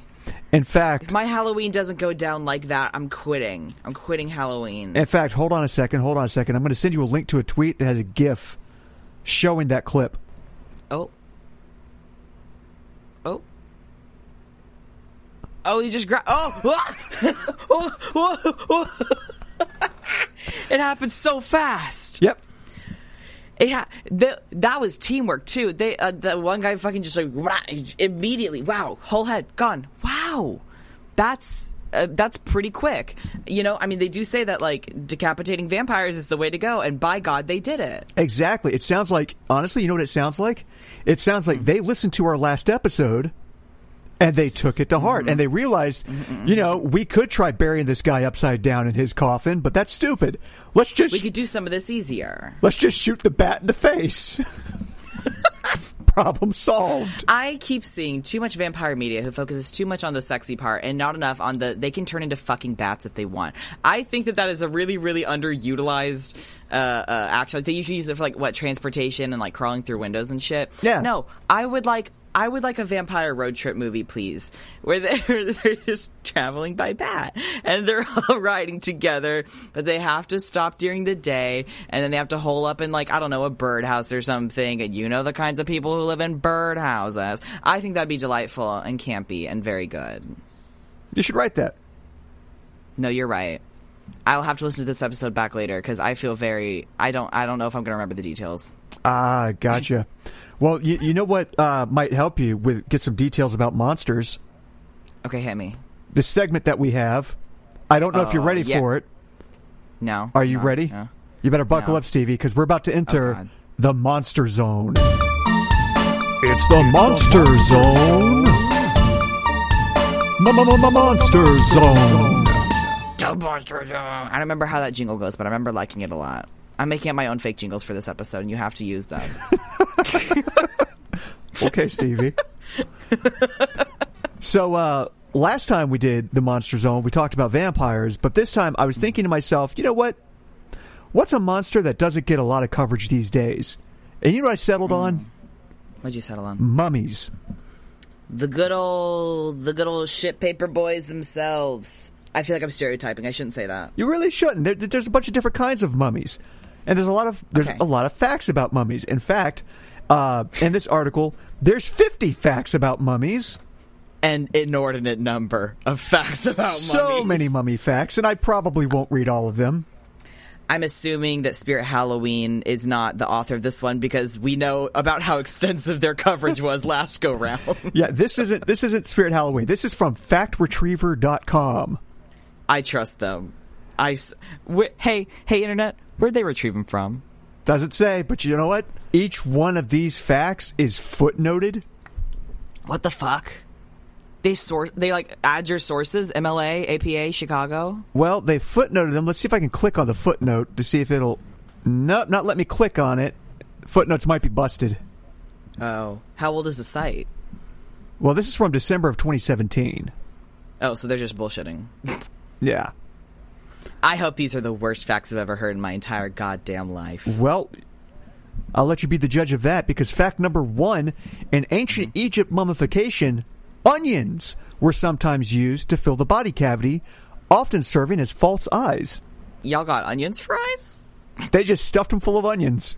[SPEAKER 1] In fact,
[SPEAKER 2] My Halloween doesn't go down like that. I'm quitting. I'm quitting Halloween.
[SPEAKER 1] In fact, hold on a second, hold on a second. I'm going to send you a link to a tweet that has a GIF showing that clip.
[SPEAKER 2] Oh. Oh. Oh, you just grabbed. Oh! *laughs* Ah! Oh, oh, oh. *laughs* it happened so fast.
[SPEAKER 1] Yep.
[SPEAKER 2] Yeah, the, that was teamwork too. They uh, the one guy fucking just like rah, immediately, wow, whole head gone. Wow, that's uh, that's pretty quick. You know, I mean, they do say that like decapitating vampires is the way to go, and by God, they did it.
[SPEAKER 1] Exactly. It sounds like, honestly, you know what it sounds like? It sounds
[SPEAKER 2] Hmm.
[SPEAKER 1] like they listened to our last episode and they took it to heart and
[SPEAKER 2] Mm-hmm.
[SPEAKER 1] they realized, you know, we could try burying this guy upside down in his coffin, but that's stupid. Let's just
[SPEAKER 2] We could do some of this easier.
[SPEAKER 1] let's just shoot the bat in the
[SPEAKER 2] *laughs*
[SPEAKER 1] face. *laughs* Problem solved.
[SPEAKER 2] I keep seeing too much vampire media who focuses too much on the sexy part and not enough on the they can turn into fucking bats if they want. I think that that is a really really underutilized uh, uh, action. They usually use it for like what transportation and like crawling through windows and shit.
[SPEAKER 1] Yeah.
[SPEAKER 2] No, I would like I would like a vampire road trip movie, please, *laughs* where they're, they're just traveling by bat and they're *laughs* all riding together, but they have to stop during the day and then they have to hole up in, like, I don't know, a birdhouse or something. And you know the kinds of people who live in birdhouses. I think that'd be delightful and campy and very good.
[SPEAKER 1] You should write that.
[SPEAKER 2] No, you're right. I'll have to listen to this episode back later because I feel very. I don't. I don't know if I'm going to remember the details.
[SPEAKER 1] Ah, gotcha. Well, you, you know what uh, might help you with get some details about monsters.
[SPEAKER 2] Okay, hit me.
[SPEAKER 1] The segment that we have. I don't know if you're
[SPEAKER 2] Oh,
[SPEAKER 1] ready
[SPEAKER 2] yeah.
[SPEAKER 1] for it.
[SPEAKER 2] No.
[SPEAKER 1] Are you
[SPEAKER 2] no,
[SPEAKER 1] ready?
[SPEAKER 2] no.
[SPEAKER 1] You better buckle
[SPEAKER 2] No. Oh,
[SPEAKER 1] up, Stevie, because we're about to enter
[SPEAKER 2] God.
[SPEAKER 1] the monster zone. It's the monster zone. Monster zone.
[SPEAKER 2] I don't remember how that jingle goes, but I remember liking it a lot. I'm making up my own fake jingles for this episode, and you have to use them.
[SPEAKER 1] Okay, Stevie. so uh, last time we did the Monster Zone, we talked about vampires, but this time
[SPEAKER 2] Mm.
[SPEAKER 1] I was thinking to myself, you know what? What's a monster that doesn't get a lot of coverage these days? And you know what I settled on?
[SPEAKER 2] *laughs* What'd you settle on?
[SPEAKER 1] Mummies.
[SPEAKER 2] The good old, the good old shit paper boys themselves. I feel like I'm stereotyping. I shouldn't say that.
[SPEAKER 1] You really shouldn't. There, there's a bunch of different kinds of mummies, and there's a lot of there's
[SPEAKER 2] Okay.
[SPEAKER 1] a lot of facts about mummies. In fact, uh, in this article, there's 50 facts about mummies.
[SPEAKER 2] An inordinate number of facts about
[SPEAKER 1] So
[SPEAKER 2] mummies.
[SPEAKER 1] many mummy facts, and I probably won't read all of them.
[SPEAKER 2] I'm assuming that Spirit Halloween is not the author of this one because we know about how extensive their coverage *laughs* was last go round.
[SPEAKER 1] Yeah, this isn't this isn't Spirit Halloween. This is from FactRetriever.com.
[SPEAKER 2] I trust them. I s- wh- hey hey internet, where'd they retrieve them from?
[SPEAKER 1] Doesn't say, but you know what? Each one of these facts is footnoted.
[SPEAKER 2] What the fuck? They source they like add your sources MLA APA Chicago.
[SPEAKER 1] Well, they footnoted them. Let's see if I can click on the footnote to see if it'll. Nope, not let me click on it. Footnotes might be busted.
[SPEAKER 2] Oh, how old is the site?
[SPEAKER 1] Well, this is from December of 2017.
[SPEAKER 2] Oh, so they're just bullshitting.
[SPEAKER 1] Yeah.
[SPEAKER 2] I hope these are the worst facts I've ever heard in my entire goddamn life.
[SPEAKER 1] Well, I'll let you be the judge of that because fact number one in ancient Egypt mummification, onions were sometimes used to fill the body cavity, often serving as false eyes.
[SPEAKER 2] Y'all got onions fries?
[SPEAKER 1] They just stuffed them full of onions.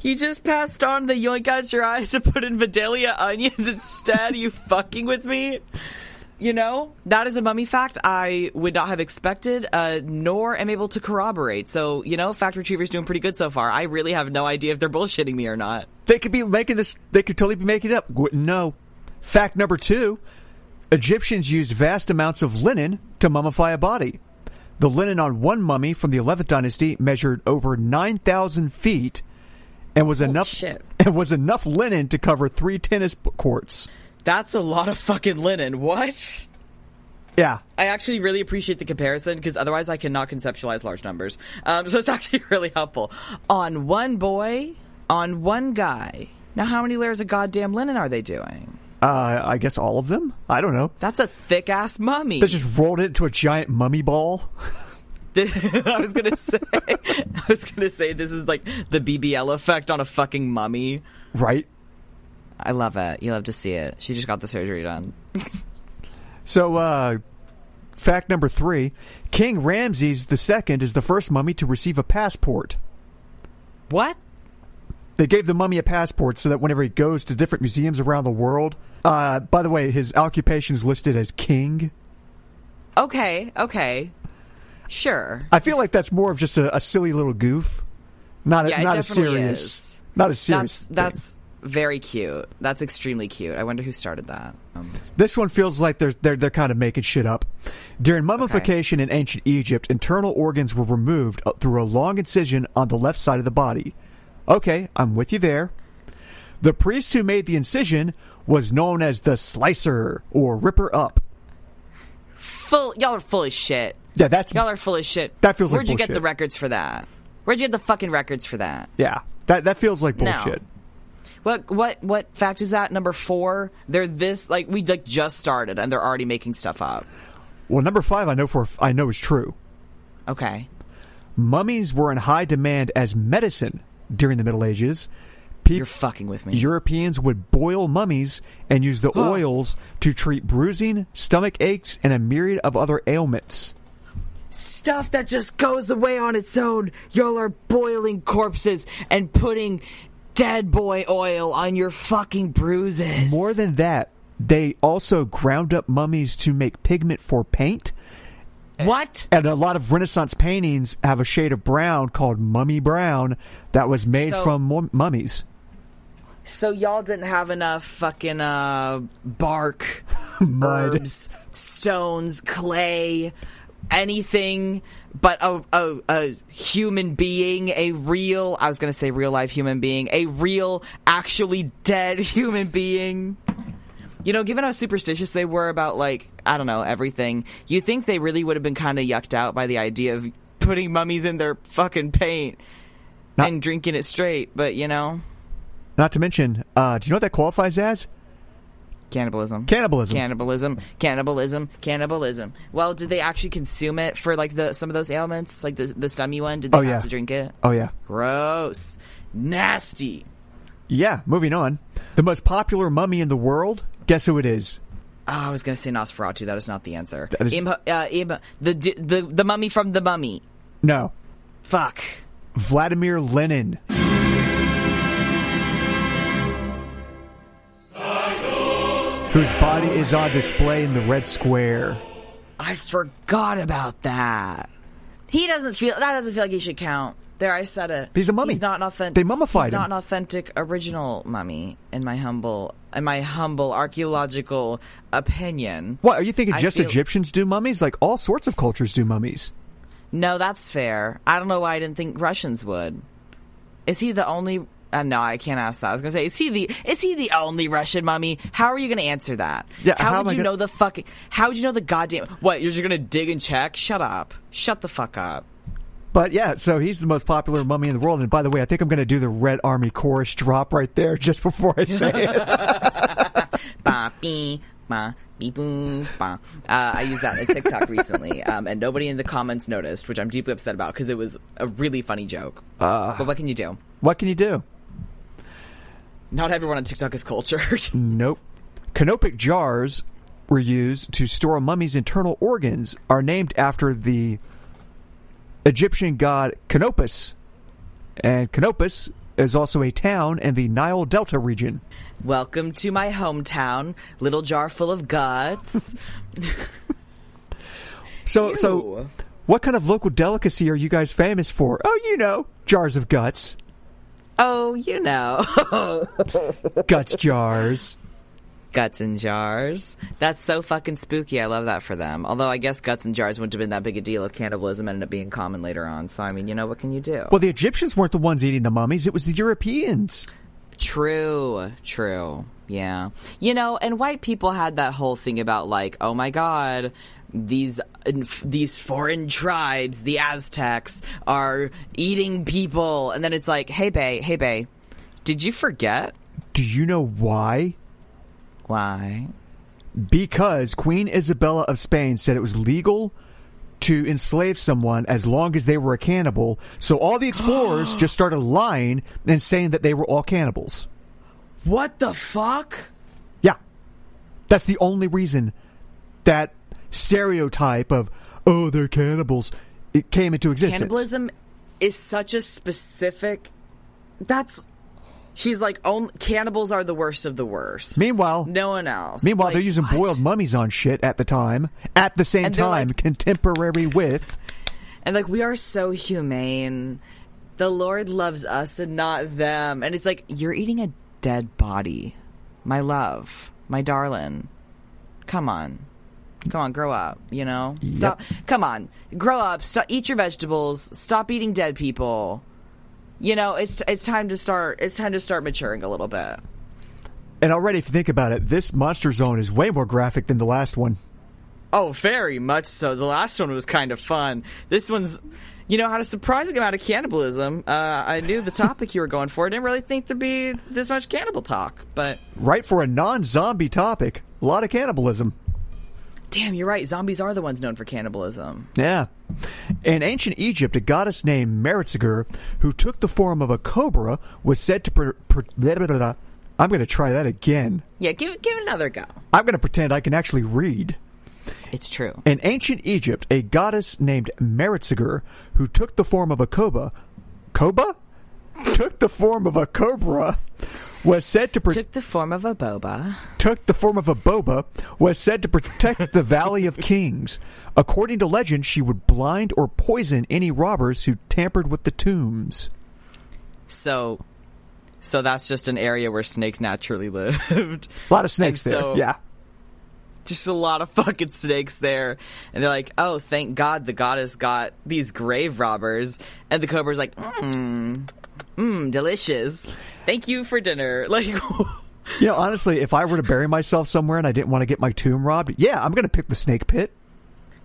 [SPEAKER 2] You just passed on the yoink out your eyes and put in Vidalia onions instead. Are you fucking with me? You know, that is a mummy fact I would not have expected, uh, nor am able to corroborate. So, you know, Fact Retriever's doing pretty good so far. I really have no idea if they're bullshitting me or not.
[SPEAKER 1] They could be making this. They could totally be making it up. Wouldn't know. Fact number two: Egyptians used vast amounts of linen to mummify a body. The linen on one mummy from the 11th dynasty measured over 9,000 feet, and was enough.
[SPEAKER 2] shit.
[SPEAKER 1] *laughs* And was enough linen to cover three tennis p- courts.
[SPEAKER 2] That's a lot of fucking linen. What?
[SPEAKER 1] Yeah,
[SPEAKER 2] I actually really appreciate the comparison because otherwise I cannot conceptualize large numbers. Um, so it's *laughs* actually really helpful. On one boy, on one guy. Now, how many layers of goddamn linen are they doing?
[SPEAKER 1] uh, I guess all of them. I don't know.
[SPEAKER 2] That's a thick ass mummy.
[SPEAKER 1] They just rolled it into a giant mummy ball. *laughs*
[SPEAKER 2] *laughs* I was gonna say, I was gonna say, this is like the BBL effect on a fucking mummy.
[SPEAKER 1] Right.
[SPEAKER 2] I love it. You love to see it. She just got the surgery done.
[SPEAKER 1] So, uh, fact number three King Ramses II is the first mummy to receive a passport.
[SPEAKER 2] What?
[SPEAKER 1] They gave the mummy a passport so that whenever he goes to different museums around the world, uh, by the way, his occupation's listed as king.
[SPEAKER 2] Okay, okay, sure.
[SPEAKER 1] I feel like that's more of just a, a silly little goof, not a,
[SPEAKER 2] Yeah, it
[SPEAKER 1] not a
[SPEAKER 2] definitely
[SPEAKER 1] serious,
[SPEAKER 2] is.
[SPEAKER 1] not a serious.
[SPEAKER 2] That's
[SPEAKER 1] thing.
[SPEAKER 2] that's very cute. That's extremely cute. I wonder who started that. Um,
[SPEAKER 1] This one feels like they're they're they're kind of making shit up. During mummification in ancient Egypt, internal organs were removed uh, through a long incision on the left side of the body. Okay, I'm with you there. The priest who made the incision was known as the slicer or ripper up.
[SPEAKER 2] full, y'all are full of shit.
[SPEAKER 1] Yeah, that's
[SPEAKER 2] Y'all are full of shit.
[SPEAKER 1] That feels like
[SPEAKER 2] Where'd you get the
[SPEAKER 1] bullshit.
[SPEAKER 2] records for that? Where'd you get the fucking records for that?
[SPEAKER 1] yeah. That that feels like
[SPEAKER 2] No.
[SPEAKER 1] bullshit.
[SPEAKER 2] What what what fact is that? Number four. They're this like we like just started and they're already making stuff up.
[SPEAKER 1] Well, number 5 I know for a f- I know is true.
[SPEAKER 2] Okay.
[SPEAKER 1] Mummies were in high demand as medicine during the Middle Ages. Peop-
[SPEAKER 2] You're fucking with me.
[SPEAKER 1] Europeans would boil mummies and use the oils to treat bruising, stomach aches, and a myriad of other ailments.
[SPEAKER 2] stuff that just goes away on its own. Y'all are boiling corpses and putting dead boy oil on your fucking bruises.
[SPEAKER 1] More than that, they also ground up mummies to make pigment for paint,
[SPEAKER 2] what?
[SPEAKER 1] and a lot of Renaissance paintings have a shade of brown called mummy brown that was made
[SPEAKER 2] So-
[SPEAKER 1] from mum- mummies.
[SPEAKER 2] So y'all didn't have enough fucking uh bark,
[SPEAKER 1] *laughs* Mud.
[SPEAKER 2] herbs, stones, clay, anything but a, a a human being, a real I was gonna say real life human being, a real actually dead *laughs* human being. You know, given how superstitious they were about like I don't know everything, you think they really would have been kind of yucked out by the idea of putting mummies in their fucking paint
[SPEAKER 1] Not-
[SPEAKER 2] and drinking it straight, but you know.
[SPEAKER 1] Not to mention, uh, do you know what that qualifies as?
[SPEAKER 2] Cannibalism.
[SPEAKER 1] Cannibalism.
[SPEAKER 2] Cannibalism. Cannibalism. Cannibalism. Well, did they actually consume it for like the some of those ailments, like the the stummy one? Did they
[SPEAKER 1] Oh,
[SPEAKER 2] have
[SPEAKER 1] yeah.
[SPEAKER 2] to drink it?
[SPEAKER 1] Oh yeah.
[SPEAKER 2] Gross. Nasty.
[SPEAKER 1] Yeah, moving on. The most popular mummy in the world? Guess who it is?
[SPEAKER 2] Oh, I was going to say Nosferatu. That is not the answer.
[SPEAKER 1] That is-
[SPEAKER 2] Imho- uh, Im- the, d- the the mummy from the mummy.
[SPEAKER 1] No.
[SPEAKER 2] Fuck.
[SPEAKER 1] Vladimir Lenin. Whose body is on display in the Red Square.
[SPEAKER 2] I forgot about that. He doesn't feel that doesn't feel like he should count. There, I said it.
[SPEAKER 1] He's a mummy.
[SPEAKER 2] He's not an authentic.
[SPEAKER 1] They mummified
[SPEAKER 2] He's
[SPEAKER 1] him.
[SPEAKER 2] not an authentic original mummy, in my humble, in my humble archaeological opinion.
[SPEAKER 1] What, are you thinking
[SPEAKER 2] I
[SPEAKER 1] just
[SPEAKER 2] feel-
[SPEAKER 1] Egyptians do mummies? Like all sorts of cultures do mummies.
[SPEAKER 2] No, that's fair. I don't know why I didn't think Russians would. Is he the only? Uh, no, I can't ask that. I was gonna say, is he the is he the only Russian mummy? How are you gonna answer that?
[SPEAKER 1] Yeah,
[SPEAKER 2] how,
[SPEAKER 1] how am I
[SPEAKER 2] would you
[SPEAKER 1] gonna-
[SPEAKER 2] know the fucking? How would you know the goddamn? What you're just gonna dig and check? Shut up! Shut the fuck up!
[SPEAKER 1] But yeah, so he's the most popular mummy in the world. And by the way, I think I'm going to do the Red Army chorus drop right there just before I say
[SPEAKER 2] *laughs*
[SPEAKER 1] it.
[SPEAKER 2] Ba bee ba bee boom ba. Uh, I used that in a TikTok recently, um, and nobody in the comments noticed, which I'm deeply upset about because it was a really funny joke. but what can you do?
[SPEAKER 1] what can you do?
[SPEAKER 2] Not everyone on TikTok is cultured. *laughs*
[SPEAKER 1] Nope. Canopic jars were used to store a mummy's internal organs, are named after the Egyptian god Canopus. And Canopus is also a town in the Nile Delta region.
[SPEAKER 2] Welcome to my hometown, little jar full of guts.
[SPEAKER 1] So, Oh, so
[SPEAKER 2] Ew.
[SPEAKER 1] what kind of local delicacy are you guys famous for? Oh, you know, jars of guts,
[SPEAKER 2] oh, you know. *laughs*
[SPEAKER 1] guts jars.
[SPEAKER 2] guts and jars. That's so fucking spooky. I love that for them. Although I guess guts and jars wouldn't have been that big a deal if cannibalism ended up being common later on. So, I mean, you know, what can you do?
[SPEAKER 1] Well, the Egyptians weren't the ones eating the mummies; it was the Europeans.
[SPEAKER 2] True, true. Yeah. You know, and white people had that whole thing about like, oh my god, these these foreign tribes, the Aztecs are eating people. And then it's like, "Hey bay, hey bay, did you forget
[SPEAKER 1] Do you know why?
[SPEAKER 2] why?"
[SPEAKER 1] because Queen Isabella of Spain said it was legal to enslave someone as long as they were a cannibal. So all the
[SPEAKER 2] *gasps*
[SPEAKER 1] explorers just started lying and saying that they were all cannibals.
[SPEAKER 2] What the fuck?
[SPEAKER 1] Yeah. That's the only reason that stereotype of oh they're cannibals it came into existence.
[SPEAKER 2] Cannibalism is such a specific that's She's like, only, cannibals are the worst of the worst.
[SPEAKER 1] Meanwhile-
[SPEAKER 2] no one else.
[SPEAKER 1] Meanwhile,
[SPEAKER 2] Like,
[SPEAKER 1] they're using
[SPEAKER 2] what?
[SPEAKER 1] boiled mummies on shit at the time. At the same
[SPEAKER 2] And they're
[SPEAKER 1] time,
[SPEAKER 2] like-
[SPEAKER 1] contemporary with
[SPEAKER 2] And like we are so humane. The Lord loves us and not them. And it's like you're eating a dead body. My love, my darling. Come on. Come on, grow up, you know? Stop. Come on. Grow up. Stop eat your vegetables. Stop eating dead people. You know, it's it's time to start it's time to start maturing a little bit.
[SPEAKER 1] and already if you think about it, this monster zone is way more graphic than the last one.
[SPEAKER 2] Oh, very much so. The last one was kind of fun. This one's, you know, had a surprising amount of cannibalism. Uh, I
[SPEAKER 1] *laughs*
[SPEAKER 2] knew the topic you were going for. I didn't really think there'd be this much cannibal talk, but
[SPEAKER 1] Right for a non zombie topic. A lot of cannibalism.
[SPEAKER 2] damn, you're right. Zombies are the ones known for cannibalism.
[SPEAKER 1] Yeah. In ancient Egypt, a goddess named Meretseger, who took the form of a cobra, was said to. Pre- pre- blah, blah, blah, blah. I'm going to try that again.
[SPEAKER 2] Yeah, give give it another go.
[SPEAKER 1] I'm going to pretend I can actually read.
[SPEAKER 2] It's true.
[SPEAKER 1] In ancient Egypt, a goddess named Meretseger, who took the form of a cobra. Cobra? *laughs* took the form of a cobra. Was said to pre-
[SPEAKER 2] Took the form of a boba.
[SPEAKER 1] took the form of a boba, was said to protect the Valley of Kings. According to legend, she would blind or poison any robbers who tampered with the tombs.
[SPEAKER 2] So, so that's just an area where snakes naturally *laughs* lived.
[SPEAKER 1] A lot of snakes
[SPEAKER 2] And
[SPEAKER 1] there.
[SPEAKER 2] so-
[SPEAKER 1] yeah.
[SPEAKER 2] just a lot of *laughs* fucking snakes there. And they're like, oh, thank God the goddess got these grave robbers. And the cobra's like, mmm, mmm, delicious. Thank you for dinner. *laughs* Like,
[SPEAKER 1] You know, honestly, if I were to bury myself somewhere and I didn't want to get my tomb robbed, yeah, I'm going to pick the snake pit.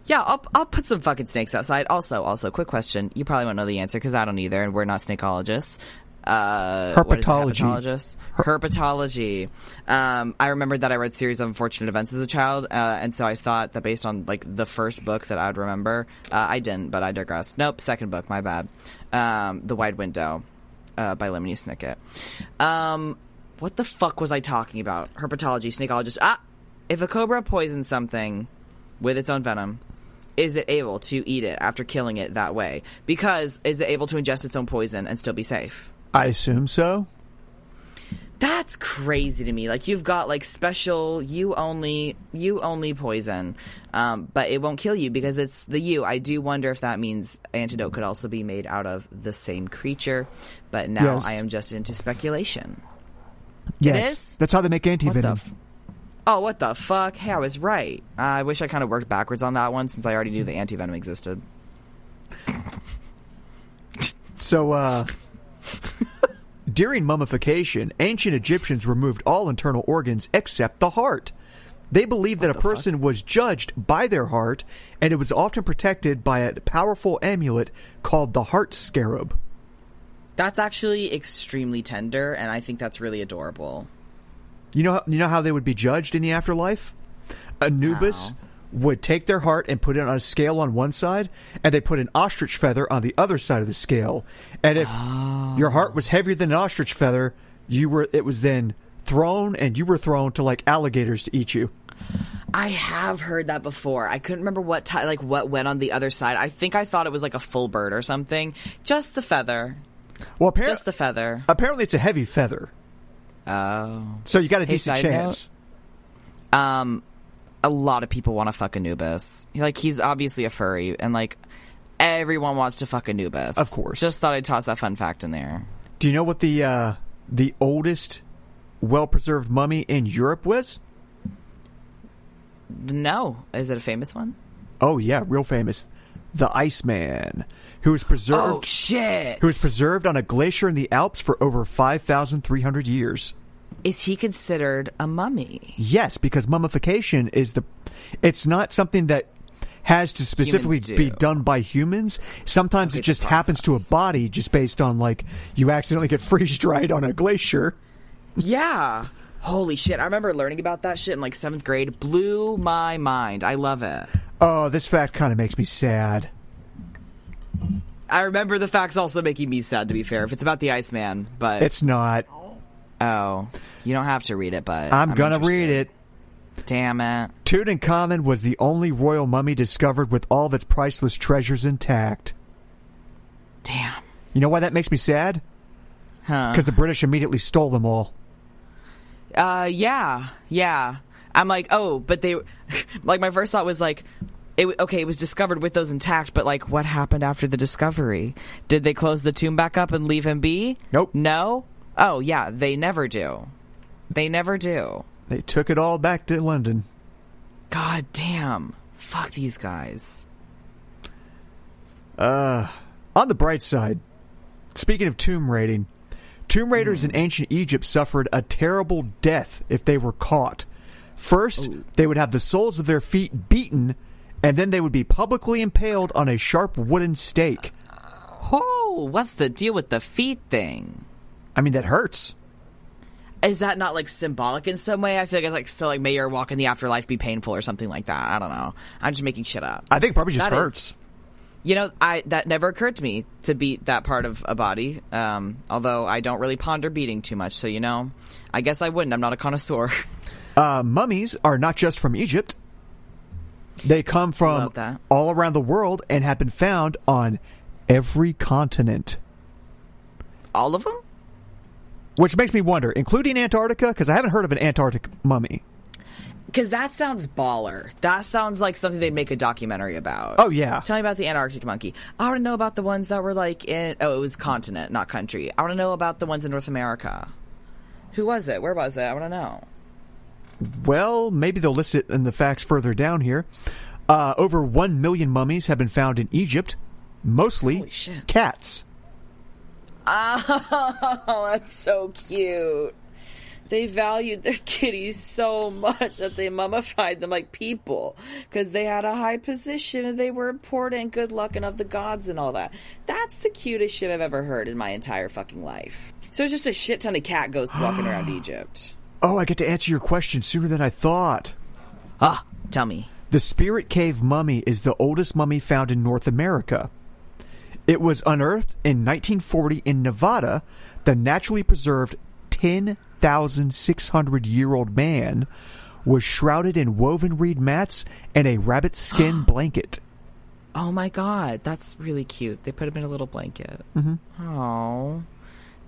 [SPEAKER 2] yeah, I'll, I'll put some fucking snakes outside. Also, also, quick question. You probably won't know the answer because I don't either, and we're not snakeologists. uh, what is it,
[SPEAKER 1] Herpetology.
[SPEAKER 2] herpetologist, herpetology. Um, I remembered that I read series of unfortunate events as a child, uh, and so I thought that based on like the first book that I'd remember, uh, I didn't, but I digress. Nope, second book, my bad. Um, the Wide Window uh, by Lemony Snicket. Um, what the fuck was I talking about? Herpetology, snakeologist. Ah, if a cobra poisons something with its own venom, is it able to eat it after killing it that way? Because is it able to ingest its own poison and still be safe?
[SPEAKER 1] I assume so.
[SPEAKER 2] That's crazy to me. Like you've got like special you only you only poison, um, but it won't kill you because it's the you. I do wonder if that means antidote could also be made out of the same creature, but now
[SPEAKER 1] Yes.
[SPEAKER 2] I am just into speculation.
[SPEAKER 1] Yes,
[SPEAKER 2] is?
[SPEAKER 1] that's how they make
[SPEAKER 2] What the
[SPEAKER 1] antivenom.
[SPEAKER 2] f- oh, what the fuck? Hey, I was right. I wish I kind of worked backwards on that one since I already knew the anti venom existed.
[SPEAKER 1] so, uh, during mummification, ancient Egyptians removed all internal organs except the heart. They believed that a person was judged by their heart, and it was often protected by a powerful amulet called the heart scarab.
[SPEAKER 2] That's actually extremely tender, and I think that's really adorable.
[SPEAKER 1] You know, you know how they would be judged in the afterlife. Anubis
[SPEAKER 2] How?
[SPEAKER 1] would take their heart and put it on a scale on one side, and they put an ostrich feather on the other side of the scale. And if your heart
[SPEAKER 2] Oh.
[SPEAKER 1] was heavier than an ostrich feather, you were it was then thrown, and you were thrown to like alligators to eat you.
[SPEAKER 2] I have heard that before. I couldn't remember what ti like what went on the other side. I think I thought it was like a full bird or something. Just the feather.
[SPEAKER 1] Well, apparently,
[SPEAKER 2] Just the feather.
[SPEAKER 1] apparently it's a heavy feather,
[SPEAKER 2] Oh.
[SPEAKER 1] so you got a
[SPEAKER 2] Hey,
[SPEAKER 1] decent
[SPEAKER 2] side
[SPEAKER 1] chance.
[SPEAKER 2] Um a lot of people want to fuck Anubis. Like he's obviously a furry and like everyone wants to fuck Anubis.
[SPEAKER 1] Of course.
[SPEAKER 2] Just thought I'd toss that fun fact in there.
[SPEAKER 1] Do you know what the uh, the oldest well preserved mummy in Europe was?
[SPEAKER 2] No. Is it a famous one?
[SPEAKER 1] Oh yeah, real famous. The Iceman, who was preserved
[SPEAKER 2] Oh shit.
[SPEAKER 1] who was preserved on a glacier in the Alps for over 5,300 years.
[SPEAKER 2] Is he considered a mummy?
[SPEAKER 1] Yes, because mummification is the it's not something that has to specifically
[SPEAKER 2] Humans do.
[SPEAKER 1] be done by humans. Sometimes
[SPEAKER 2] Okay,
[SPEAKER 1] it just
[SPEAKER 2] the
[SPEAKER 1] happens to a
[SPEAKER 2] process.
[SPEAKER 1] body just based on like you accidentally get *laughs* freeze dried on a glacier.
[SPEAKER 2] Yeah. Holy shit. I remember learning about that shit in like seventh grade. Blew my mind. I love it.
[SPEAKER 1] Oh, this fact kind of makes me sad.
[SPEAKER 2] I remember the facts also making me sad, to be fair, if it's about the Iceman, but.
[SPEAKER 1] It's not.
[SPEAKER 2] oh. You don't have to read it, but.
[SPEAKER 1] I'm, gonna read it.
[SPEAKER 2] it. Damn it.
[SPEAKER 1] Tutankhamun was the only royal mummy discovered with all of its priceless treasures intact.
[SPEAKER 2] Damn.
[SPEAKER 1] You know why that makes me sad?
[SPEAKER 2] Huh.
[SPEAKER 1] Because the British immediately stole them all.
[SPEAKER 2] Uh, yeah. Yeah. I'm like, oh, but they. *laughs* Like, my first thought was like. It, w- okay, it was discovered with those intact, but like, what happened after the discovery? Did they close the tomb back up and leave him be?
[SPEAKER 1] Nope.
[SPEAKER 2] No? Oh, yeah, they never do. They never do.
[SPEAKER 1] They took it all back to London.
[SPEAKER 2] God damn. Fuck these guys.
[SPEAKER 1] On the bright side, speaking of tomb raiding, tomb raiders
[SPEAKER 2] Hmm.
[SPEAKER 1] in ancient Egypt suffered a terrible death if they were caught. First,
[SPEAKER 2] Oh.
[SPEAKER 1] they would have the soles of their feet beaten, and then they would be publicly impaled on a sharp wooden stake.
[SPEAKER 2] Oh, what's the deal with the feet thing?
[SPEAKER 1] I mean, that hurts.
[SPEAKER 2] Is that not like symbolic in some way? I feel like it's like so like may your walk in the afterlife be painful or something like that. I don't know. I'm just making shit up.
[SPEAKER 1] I think it probably just
[SPEAKER 2] That is-
[SPEAKER 1] hurts.
[SPEAKER 2] You know, I that never occurred to me to beat that part of a body. Um, although I don't really ponder beating too much, so you know, I guess I wouldn't. I'm not a connoisseur. *laughs*
[SPEAKER 1] Uh, mummies are not just from Egypt. They come from
[SPEAKER 2] Love that.
[SPEAKER 1] all around the world and have been found on every continent.
[SPEAKER 2] All of them?
[SPEAKER 1] Which makes me wonder, including Antarctica, because I haven't heard of an Antarctic mummy.
[SPEAKER 2] Because that sounds baller. That sounds like something they'd make a documentary about.
[SPEAKER 1] Oh yeah,
[SPEAKER 2] Tell me about the Antarctic monkey. I want to know about the ones that were like in. Oh, it was continent, not country. I want to know about the ones in North America. Who was it? Where was it? I want to know.
[SPEAKER 1] Well, maybe they'll list it in the facts further down here. Uh, over 1 million mummies have been found in Egypt, mostly
[SPEAKER 2] Holy shit.
[SPEAKER 1] cats.
[SPEAKER 2] Oh, that's so cute.
[SPEAKER 5] they valued their *laughs* kitties so much that they mummified them like people because they had a high position and they were important, good luck, and of the gods and all that. That's the cutest shit I've ever heard in my entire fucking life. So it's just a shit ton of cat ghosts walking
[SPEAKER 2] *gasps*
[SPEAKER 5] around Egypt.
[SPEAKER 1] Oh, I get to answer your question sooner than I thought.
[SPEAKER 2] Ah, tell me.
[SPEAKER 1] The Spirit Cave mummy is the oldest mummy found in North America. It was unearthed in 1940 in Nevada. The naturally preserved 10,600 year old man was shrouded in woven reed mats and a rabbit
[SPEAKER 2] *gasps*
[SPEAKER 1] skin blanket.
[SPEAKER 2] Oh my god, that's really cute. They put him in a little blanket. Mm-hmm. Oh,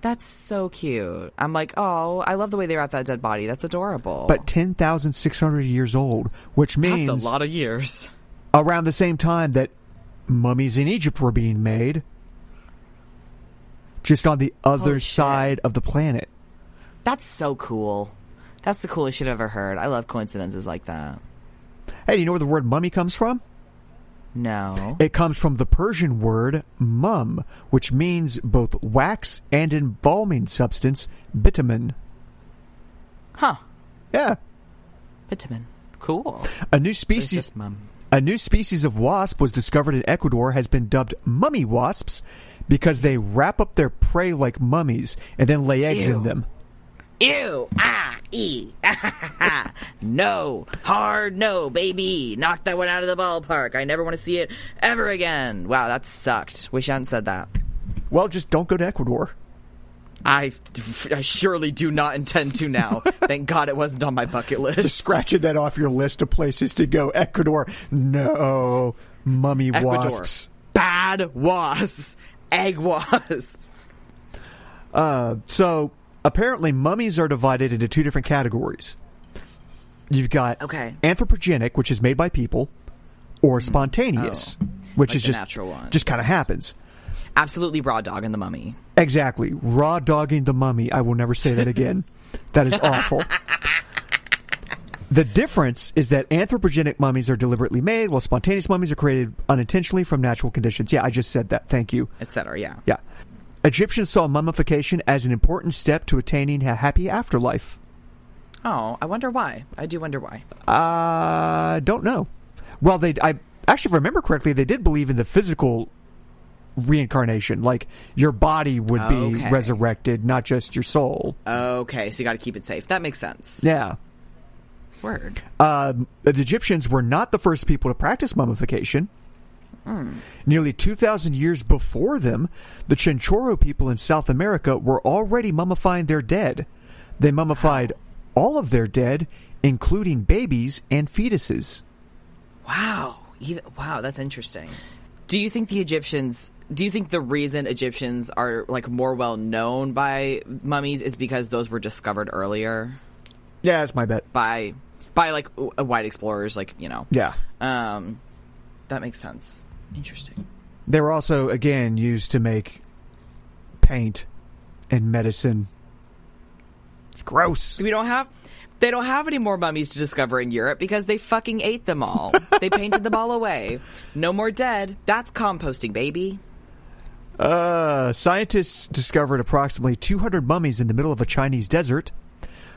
[SPEAKER 2] that's so cute. I'm like, oh, I love the way they wrap that dead body. That's adorable.
[SPEAKER 1] But 10,600 years old, which means
[SPEAKER 2] that's a lot of years.
[SPEAKER 1] around the same time that mummies in Egypt were being made, just on the other
[SPEAKER 2] Holy shit.
[SPEAKER 1] side of the planet.
[SPEAKER 2] That's so cool. That's the coolest shit I've ever heard. I love coincidences like that.
[SPEAKER 1] Hey, do you know where the word mummy comes from?
[SPEAKER 2] No.
[SPEAKER 1] It comes from the Persian word mum, which means both wax and embalming substance, bitumen.
[SPEAKER 2] Huh.
[SPEAKER 1] Yeah.
[SPEAKER 2] Bitumen. Cool.
[SPEAKER 1] A new
[SPEAKER 2] It's
[SPEAKER 1] species
[SPEAKER 2] just mum.
[SPEAKER 1] a new species of wasp was discovered in Ecuador has been dubbed mummy wasps because they wrap up their prey like mummies and then lay eggs in
[SPEAKER 2] Ew.
[SPEAKER 1] them.
[SPEAKER 2] Ew. Ah. E. *laughs* no. Hard no, baby. Knock that one out of the ballpark. I never want to see it ever again. Wow, that sucked. Wish I hadn't said that.
[SPEAKER 1] Well, just don't go to Ecuador.
[SPEAKER 2] I, I surely do not intend to *laughs* now. Thank God it wasn't on my bucket list.
[SPEAKER 1] Just scratching that off your list of places to go. Ecuador, no. Mummy
[SPEAKER 2] *laughs* Ecuador.
[SPEAKER 1] wasps.
[SPEAKER 2] Bad wasps. Egg wasps.
[SPEAKER 1] So apparently, mummies are divided into two different categories. You've got
[SPEAKER 2] Okay. Hmm.
[SPEAKER 1] anthropogenic, which is made by people, or spontaneous, which
[SPEAKER 2] Oh. Like
[SPEAKER 1] is
[SPEAKER 2] the
[SPEAKER 1] just
[SPEAKER 2] natural ones.
[SPEAKER 1] just kind of happens.
[SPEAKER 2] Absolutely raw dog and the mummy.
[SPEAKER 1] Exactly, raw dogging the mummy. I will never say that again. that is awful. The difference is that anthropogenic mummies are deliberately made, while spontaneous mummies are created unintentionally from natural conditions. Yeah, I just said that. Thank you.
[SPEAKER 2] etc. Yeah.
[SPEAKER 1] Yeah. Egyptians saw mummification as an important step to attaining a happy afterlife.
[SPEAKER 2] Oh, I wonder why. I do wonder why.
[SPEAKER 1] I Uh, don't know. Well, they I actually if I remember correctly, they did believe in the physical reincarnation, like your body would be
[SPEAKER 2] Okay.
[SPEAKER 1] resurrected, not just your soul.
[SPEAKER 2] Okay, so you got to keep it safe. That makes sense.
[SPEAKER 1] Yeah.
[SPEAKER 2] Word.
[SPEAKER 1] Um, the Egyptians were not the first people to practice mummification. Nearly 2,000 years before them, the Chinchorro people in South America were already mummifying their dead. They mummified all of their dead, including babies and fetuses.
[SPEAKER 2] Wow. Even, wow, that's interesting. Do you think the Egyptians? Do you think the reason Egyptians are like more well known by mummies is because those were discovered earlier
[SPEAKER 1] Yeah, that's my bet.
[SPEAKER 2] by by like w- white explorers, like you know?
[SPEAKER 1] Yeah.
[SPEAKER 2] Um, that makes sense. Interesting.
[SPEAKER 1] They were also, again, used to make paint and medicine. It's gross.
[SPEAKER 2] We don't have. They don't have any more mummies to discover in Europe because they fucking ate them all. they painted them all away. No more dead. That's composting, baby.
[SPEAKER 1] Uh, scientists discovered approximately 200 mummies in the middle of a Chinese desert.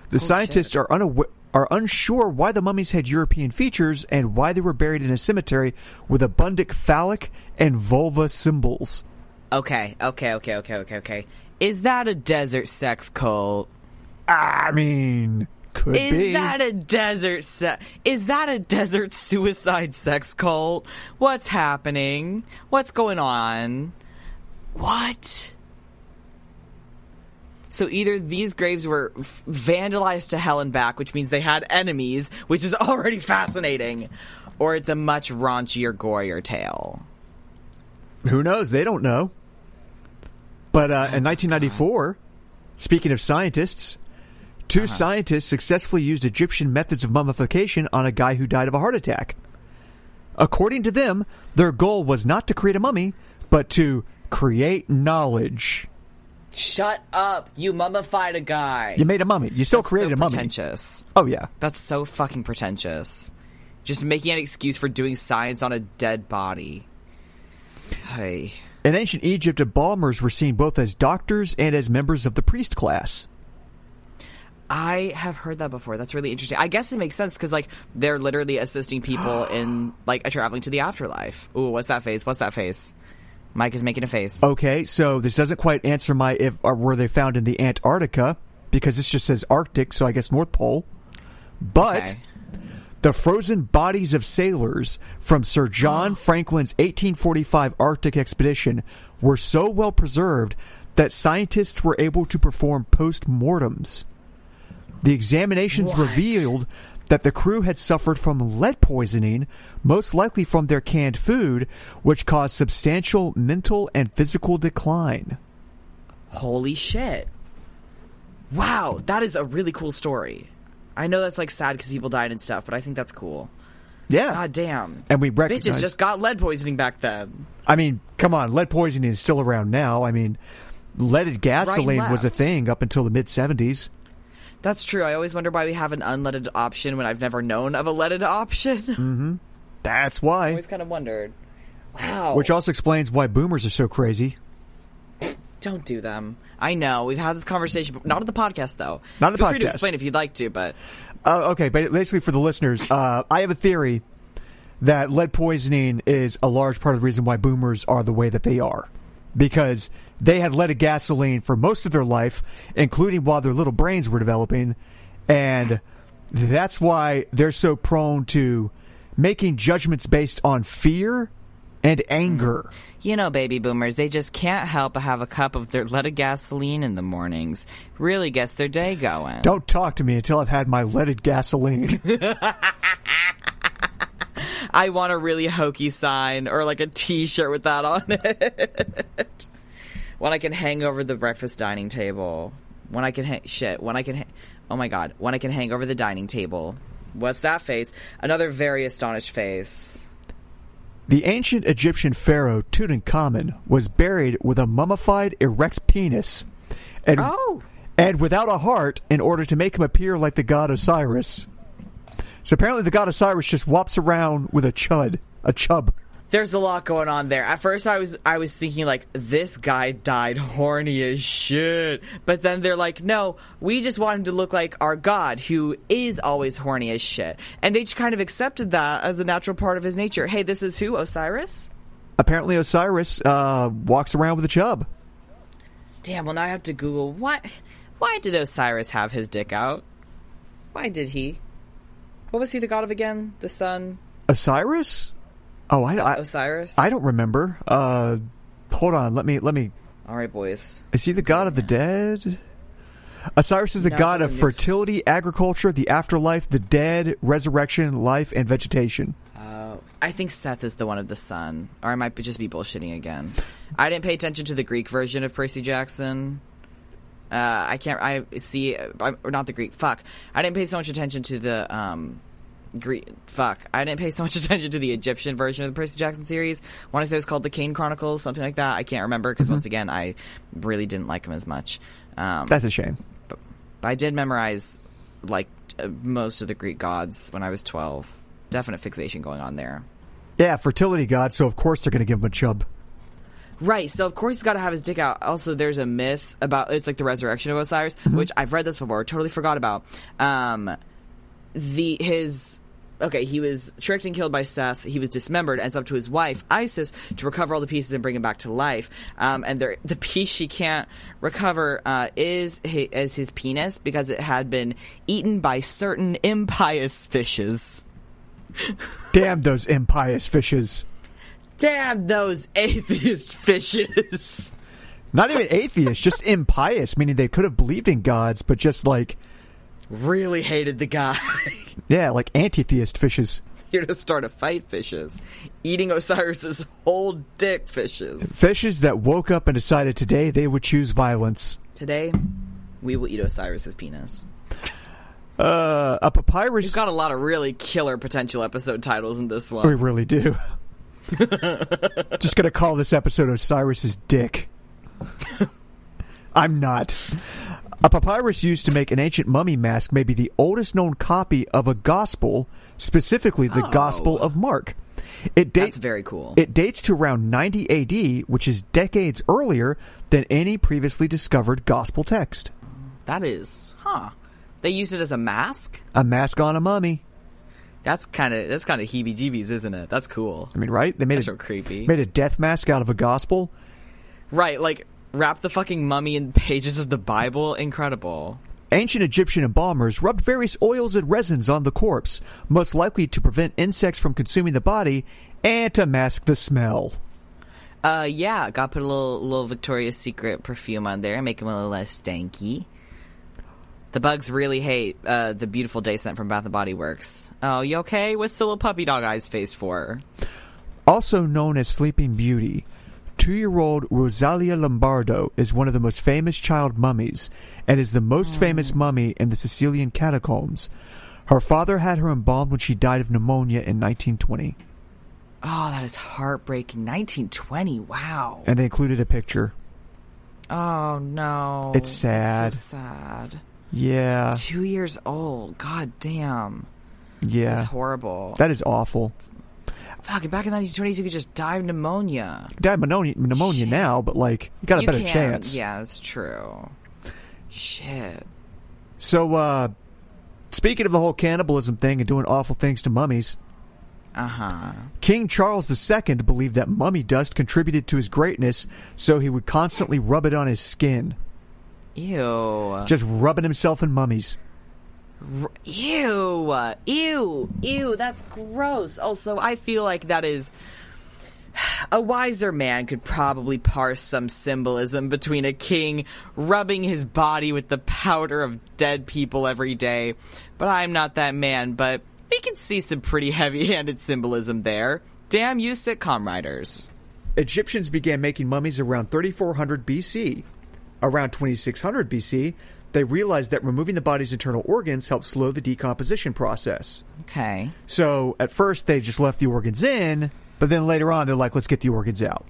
[SPEAKER 1] The scientists are unaw- are unsure why the mummies had European features and why they were buried in a cemetery with abundant phallic and vulva symbols.
[SPEAKER 2] Okay, okay, okay, okay, okay, okay. Is that a desert sex cult?
[SPEAKER 1] I mean, could
[SPEAKER 2] Is
[SPEAKER 1] be.
[SPEAKER 2] that a desert se- Is that a desert suicide sex cult? What's happening? What's going on? What? So either these graves were f- vandalized to hell and back, which means they had enemies, which is already fascinating, or it's a much raunchier, gorier tale.
[SPEAKER 1] Who knows? They don't know. But
[SPEAKER 2] Oh
[SPEAKER 1] uh, in 1994, speaking of scientists, 2
[SPEAKER 2] Uh-huh.
[SPEAKER 1] scientists successfully used Egyptian methods of mummification on a guy who died of a heart attack. According to them, their goal was not to create a mummy, but to create knowledge.
[SPEAKER 2] Shut up! You mummified a guy.
[SPEAKER 1] You made a mummy. You still
[SPEAKER 2] That's
[SPEAKER 1] created
[SPEAKER 2] so
[SPEAKER 1] a mummy.
[SPEAKER 2] Pretentious.
[SPEAKER 1] Oh yeah.
[SPEAKER 2] That's so fucking pretentious. Just making an excuse for doing science on a dead body. Hey.
[SPEAKER 1] In ancient Egypt, embalmers were seen both as doctors and as members of the priest class.
[SPEAKER 2] I have heard that before. That's really interesting. I guess it makes sense because like they're literally
[SPEAKER 1] *gasps*
[SPEAKER 2] assisting people in like traveling to the afterlife. Ooh, what's that face? What's that face? Mike is making a face.
[SPEAKER 1] Okay, so this doesn't quite answer my if or were they found in the Antarctica because this just says Arctic, so I guess North Pole. But
[SPEAKER 2] Okay.
[SPEAKER 1] the frozen bodies of sailors from Sir
[SPEAKER 2] *gasps*
[SPEAKER 1] John Franklin's 1845 Arctic expedition were so well preserved that scientists were able to perform post mortems. The examinations
[SPEAKER 2] What?
[SPEAKER 1] revealed that the crew had suffered from lead poisoning, most likely from their canned food, which caused substantial mental and physical decline.
[SPEAKER 2] Holy shit! Wow, that is a really cool story. I know that's like sad because people died and stuff, but I think that's cool.
[SPEAKER 1] Yeah.
[SPEAKER 2] God damn.
[SPEAKER 1] Uh, And we
[SPEAKER 2] Bitches
[SPEAKER 1] recognize-
[SPEAKER 2] just got lead poisoning back then.
[SPEAKER 1] I mean, come on, lead poisoning is still around now. I mean, leaded gasoline was a
[SPEAKER 2] left.
[SPEAKER 1] thing up until the mid 70s.
[SPEAKER 2] That's true. I always wonder why we have an unleaded option when I've never known of a leaded option.
[SPEAKER 1] Mm.
[SPEAKER 2] *laughs*
[SPEAKER 1] That's
[SPEAKER 2] I
[SPEAKER 1] why.
[SPEAKER 2] always kind of wondered. Wow.
[SPEAKER 1] Which also explains why boomers are so crazy.
[SPEAKER 2] Don't do them. I know. We've had this conversation, but not on the podcast, though.
[SPEAKER 1] Not on the
[SPEAKER 2] Feel free to
[SPEAKER 1] podcast.
[SPEAKER 2] explain if you'd like to, but
[SPEAKER 1] Uh, okay, but basically for the listeners, uh, I have a theory that lead poisoning is a large part of the reason why boomers are the way that they are. Because they had leaded gasoline for most of their life, including while their little brains were developing. And that's why they're so prone to making judgments based on fear and anger.
[SPEAKER 2] you know, baby boomers, they just can't help but have a cup of their leaded gasoline in the mornings. Really gets their day going.
[SPEAKER 1] Don't talk to me until I've had my leaded gasoline.
[SPEAKER 2] I want a really hokey sign or like a t shirt with that on it. when I can hang over the breakfast dining table. When I can hang. Shit. When I can. Ha- oh my god. When I can hang over the dining table. What's that face? Another very astonished face.
[SPEAKER 1] The ancient Egyptian pharaoh Tutankhamun was buried with a mummified erect penis and,
[SPEAKER 2] Oh.
[SPEAKER 1] and without a heart in order to make him appear like the god Osiris. So apparently the god Osiris just wops around with a chud, a chub.
[SPEAKER 2] There's a lot going on there. At first, I was I was thinking like this guy died horny as shit, but then they're like, no, we just want him to look like our god, who is always horny as shit, and they just kind of accepted that as a natural part of his nature. Hey, this is who Osiris.
[SPEAKER 1] Apparently Osiris uh, walks around with a chub.
[SPEAKER 2] Damn. Well, now I have to Google what. Why did Osiris have his dick out? Why did he? What was he the god of again? The sun,
[SPEAKER 1] Osiris? Oh, I, I,
[SPEAKER 2] Osiris.
[SPEAKER 1] I don't remember. Uh, hold on, let me let me
[SPEAKER 2] All right, boys.
[SPEAKER 1] Is he the god of the dead? Osiris is the
[SPEAKER 2] No,
[SPEAKER 1] god
[SPEAKER 2] I
[SPEAKER 1] of
[SPEAKER 2] think
[SPEAKER 1] fertility, agriculture, the afterlife, the dead, resurrection, life, and vegetation.
[SPEAKER 2] Uh, I think Seth is the one of the sun, or I might be- just be bullshitting again. I didn't pay attention to the Greek version of Percy Jackson. Uh, I can't. I see. I, or not the Greek. Fuck. I didn't pay so much attention to the um, Greek. Fuck. I didn't pay so much *laughs* attention to the Egyptian version of the Percy Jackson series. want to say it was called the Kane Chronicles, something like that. I can't remember because once again, I really didn't like him as much. Um,
[SPEAKER 1] That's a shame.
[SPEAKER 2] but I did memorize like uh, most of the Greek gods when I was twelve. Definite fixation going on there.
[SPEAKER 1] Yeah, fertility god, so of course they're going to give him a chub.
[SPEAKER 2] Right, so of course he's got to have his dick out. Also, there's a myth about it's like the resurrection of Osiris, which I've read this before, totally forgot about. Um, the his okay, he was tricked and killed by Seth. He was dismembered, ends up to his wife Isis to recover all the pieces and bring him back to life. Um, and there, the piece she can't recover uh, is hi- is his penis because it had been eaten by certain impious fishes.
[SPEAKER 1] Damn those impious fishes.
[SPEAKER 2] Damn those atheist *laughs* fishes.
[SPEAKER 1] Not even atheists, just impious, meaning they could have believed in gods, but just like,
[SPEAKER 2] really hated the guy. *laughs*
[SPEAKER 1] yeah, like anti theist fishes.
[SPEAKER 2] Here to start a fight, fishes. Eating Osiris's whole dick, fishes.
[SPEAKER 1] Fishes that woke up and decided today they would choose violence.
[SPEAKER 2] Today, we will eat Osiris's penis.
[SPEAKER 1] Uh, a papyrus.
[SPEAKER 2] We've got a lot of really killer potential episode titles in this
[SPEAKER 1] we
[SPEAKER 2] one.
[SPEAKER 1] really do. just going to call this episode Osiris's Dick. I'm not. A papyrus used to make an ancient mummy mask may be the oldest known copy of a gospel, specifically the Gospel of Mark. It dates
[SPEAKER 2] Oh. That's very cool.
[SPEAKER 1] It dates to around 90 AD, which is decades earlier than any previously discovered gospel text.
[SPEAKER 2] That is, huh? They used it as a mask.
[SPEAKER 1] A mask on a mummy.
[SPEAKER 2] That's kind of that's kind of heebie-jeebies, isn't it? That's cool.
[SPEAKER 1] I mean, right? They made
[SPEAKER 2] That's
[SPEAKER 1] a
[SPEAKER 2] so creepy.
[SPEAKER 1] Made a death mask out of a gospel.
[SPEAKER 2] Right, like wrap the fucking mummy in pages of the Bible. Incredible.
[SPEAKER 1] Ancient Egyptian embalmers rubbed various oils and resins on the corpse, most likely to prevent insects from consuming the body and to mask the smell.
[SPEAKER 2] Uh, yeah, got put a little little Victoria's Secret perfume on there, make them a little less stanky. The bugs really hate uh, the beautiful day scent from Bath and Body Works. Oh, you okay? What's the little puppy dog eyes face for?
[SPEAKER 1] Also known as Sleeping Beauty, two year old Rosalia Lombardo is one of the most famous child mummies and is the
[SPEAKER 2] Hmm.
[SPEAKER 1] most famous mummy in the Sicilian catacombs. Her father had her embalmed when she died of pneumonia in 1920,
[SPEAKER 2] Oh, that is heartbreaking. 1920. Wow.
[SPEAKER 1] and they included a picture.
[SPEAKER 2] Oh no.
[SPEAKER 1] It's
[SPEAKER 2] That's so sad.
[SPEAKER 1] Yeah,
[SPEAKER 2] Two years old. God damn.
[SPEAKER 1] yeah.
[SPEAKER 2] That's horrible.
[SPEAKER 1] That is awful.
[SPEAKER 2] Fucking back in the 1920s, you could just die of pneumonia.
[SPEAKER 1] Died pneumonia, pneumonia now, but like, you got a
[SPEAKER 2] You
[SPEAKER 1] better
[SPEAKER 2] can.
[SPEAKER 1] chance.
[SPEAKER 2] Yeah, that's true. Shit.
[SPEAKER 1] So, uh, speaking of the whole cannibalism thing and doing awful things to mummies,
[SPEAKER 2] Uh huh.
[SPEAKER 1] King Charles II believed that mummy dust contributed to his greatness, so he would constantly rub it on his skin,
[SPEAKER 2] Ew.
[SPEAKER 1] just rubbing himself in mummies.
[SPEAKER 2] Ew. Ew. Ew. That's gross. Also, I feel like that is. A wiser man could probably parse some symbolism between a king rubbing his body with the powder of dead people every day, but I'm not that man, but we can see some pretty *laughs* heavy handed symbolism there. Damn you, sitcom writers.
[SPEAKER 1] Egyptians began making mummies around 3400 BC. Around 2600 BC, they realized that removing the body's internal organs helped slow the decomposition process.
[SPEAKER 2] Okay.
[SPEAKER 1] So at first they just left the organs in, but then later on they're like, let's get the organs out.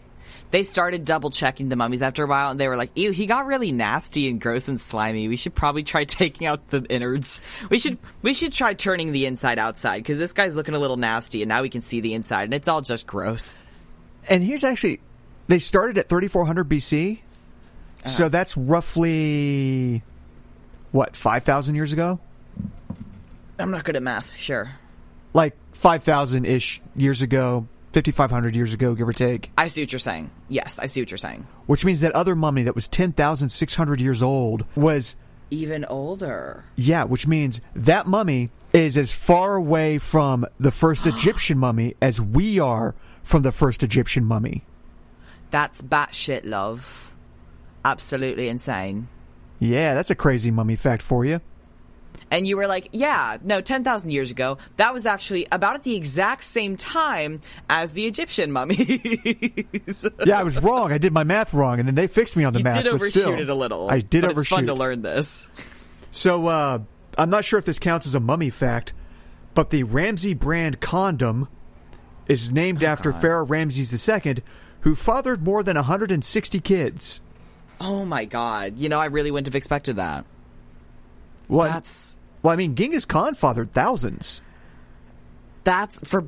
[SPEAKER 2] they started double checking the mummies after a while and they were like, ew, he got really nasty and gross and slimy. We should probably try *laughs* taking out the innards. We should, we should try turning the inside outside because this guy's looking a little nasty and now we can see the inside and it's all just gross.
[SPEAKER 1] And here's actually, they started at 3400 BC, so that's roughly what 5,000 years ago,
[SPEAKER 2] I'm not good at math, sure.
[SPEAKER 1] like 5,000 ish years ago, 5,500 years ago, give or take.
[SPEAKER 2] I see what you're saying. Yes, I see what you're saying.
[SPEAKER 1] Which means that other mummy that was 10,600 years old was
[SPEAKER 2] Even older.
[SPEAKER 1] yeah, which means that mummy is as far away from the first Egyptian mummy as we are from the first Egyptian mummy.
[SPEAKER 2] That's batshit love. Absolutely insane.
[SPEAKER 1] Yeah, that's a crazy mummy fact for you.
[SPEAKER 2] and you were like, yeah, no, 10,000 years ago, that was actually about at the exact same time as the Egyptian mummies.
[SPEAKER 1] Yeah, I was wrong. I did my math wrong, and then they fixed me on the
[SPEAKER 2] you
[SPEAKER 1] math.
[SPEAKER 2] did
[SPEAKER 1] but
[SPEAKER 2] overshoot
[SPEAKER 1] still,
[SPEAKER 2] it a little.
[SPEAKER 1] I did
[SPEAKER 2] but
[SPEAKER 1] overshoot.
[SPEAKER 2] It's fun to learn this.
[SPEAKER 1] So uh, I'm not sure if this counts as a mummy fact, but the Ramsey brand condom is
[SPEAKER 2] Oh,
[SPEAKER 1] named after Pharaoh Ramses II, who fathered more than 160 kids.
[SPEAKER 2] Oh my god. You know, I really wouldn't have expected that.
[SPEAKER 1] Well, I-
[SPEAKER 2] That's.
[SPEAKER 1] well, I mean, Genghis Khan fathered thousands.
[SPEAKER 2] That's for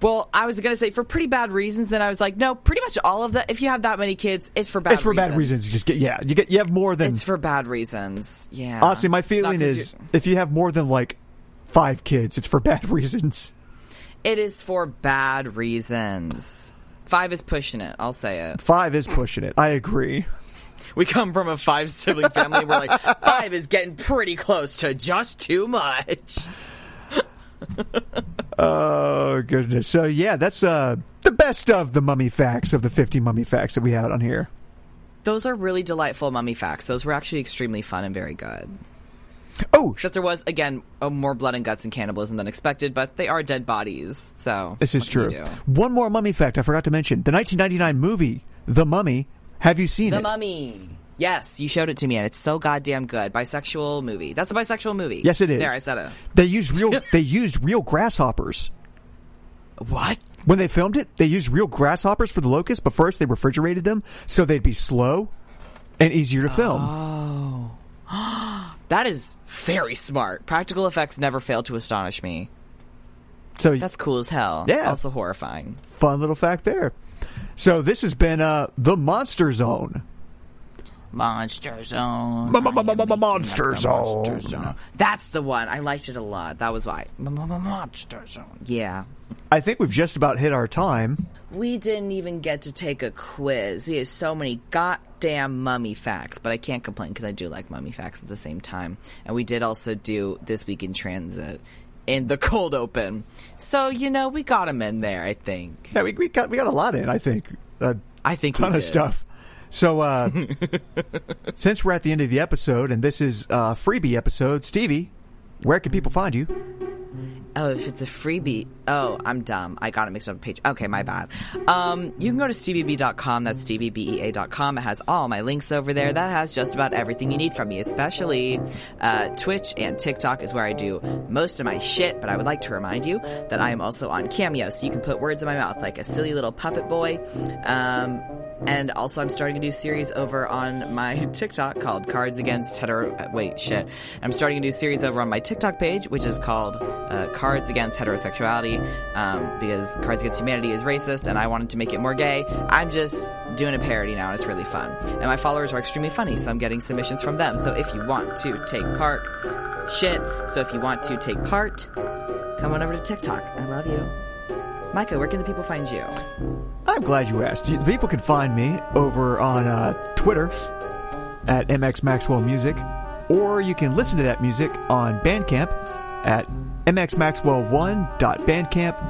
[SPEAKER 2] well. I was gonna say for pretty bad reasons. Then I was like, no, pretty much all of that. If you have that many kids, it's for bad.
[SPEAKER 1] it's for bad reasons. You just get yeah, you get you have more than
[SPEAKER 2] It's for bad reasons. Yeah.
[SPEAKER 1] honestly. My
[SPEAKER 2] It's not
[SPEAKER 1] feeling
[SPEAKER 2] 'cause
[SPEAKER 1] is
[SPEAKER 2] you're-
[SPEAKER 1] if you have more than like five kids, it's for bad *laughs* reasons.
[SPEAKER 2] it is for bad reasons. Five is pushing it. I'll say it.
[SPEAKER 1] Five is pushing it. I agree.
[SPEAKER 2] We come from a five sibling family. We're like, five is getting pretty close to just too much.
[SPEAKER 1] Oh goodness! So yeah, that's uh the best of the mummy facts of the fifty mummy facts that we had on here.
[SPEAKER 2] Those are really delightful mummy facts. Those were actually extremely fun and very good.
[SPEAKER 1] Oh, sh-
[SPEAKER 2] Except there was, again, uh, more blood and guts and cannibalism than expected, but they are dead bodies. So,
[SPEAKER 1] this is
[SPEAKER 2] what can
[SPEAKER 1] true.
[SPEAKER 2] you do?
[SPEAKER 1] One more mummy fact I forgot to mention: the 1999 movie The Mummy. Have you seen
[SPEAKER 2] The
[SPEAKER 1] it?
[SPEAKER 2] Mummy. Yes, you showed it to me, and it's so goddamn good. Bisexual movie. That's a bisexual movie.
[SPEAKER 1] Yes, it is.
[SPEAKER 2] There, I said it.
[SPEAKER 1] They used
[SPEAKER 2] *laughs*
[SPEAKER 1] real. they used real grasshoppers
[SPEAKER 2] What?
[SPEAKER 1] when they filmed it. They used real grasshoppers for the locusts, but first they refrigerated them so they'd be slow and easier to
[SPEAKER 2] Ah,
[SPEAKER 1] film.
[SPEAKER 2] That is very smart. Practical effects never fail to astonish me.
[SPEAKER 1] so
[SPEAKER 2] That's cool as hell.
[SPEAKER 1] Yeah.
[SPEAKER 2] Also horrifying.
[SPEAKER 1] fun little fact there. So this has been uh the Monster Zone.
[SPEAKER 2] Monster Zone.
[SPEAKER 1] Monster
[SPEAKER 2] Monster Zone. That's the one. I liked it a lot. That was why. Monster Zone. Yeah.
[SPEAKER 1] I think we've just about hit our time.
[SPEAKER 2] We didn't even get to take a quiz. We had so many goddamn mummy facts, but I can't complain because I do like mummy facts at the same time. And we did also do This Week in Transit in the cold open. So, you know, we got them in there, I think.
[SPEAKER 1] Yeah, we, we got we got a lot in. I think a
[SPEAKER 2] I think we
[SPEAKER 1] ton of
[SPEAKER 2] did.
[SPEAKER 1] stuff. So
[SPEAKER 2] *laughs*
[SPEAKER 1] uh, since we're at the end of the episode, and this is a freebie episode, Stevie, where can people find you?
[SPEAKER 2] Oh, if it's a freebie. Oh, I'm dumb. I got it mixed up with page. Okay, my bad. Um, you can go to stevieb.com. That's e steviebea.com. It has all my links over there. That has just about everything you need from me, especially uh, Twitch and TikTok is where I do most of my shit. But I would like to remind you that I am also on Cameo, so you can put words in my mouth like a silly little puppet boy. Um, and also, I'm starting a new series over on my *laughs* TikTok called Cards Against Hetero. uh, Wait, shit. I'm starting a new series over on my TikTok page, which is called uh, Cards Against Heterosexuality, um, because Cards Against Humanity is racist, and I wanted to make it more gay. I'm just doing a parody now, and it's really fun. And my followers are extremely funny, so I'm getting submissions from them. So if you want to take part, shit. So if you want to take part, come on over to TikTok. I love you. Micah, where can the people find you?
[SPEAKER 1] I'm glad you asked. You- People can find me over on uh, Twitter at MX Maxwell Music, or you can listen to that music on Bandcamp at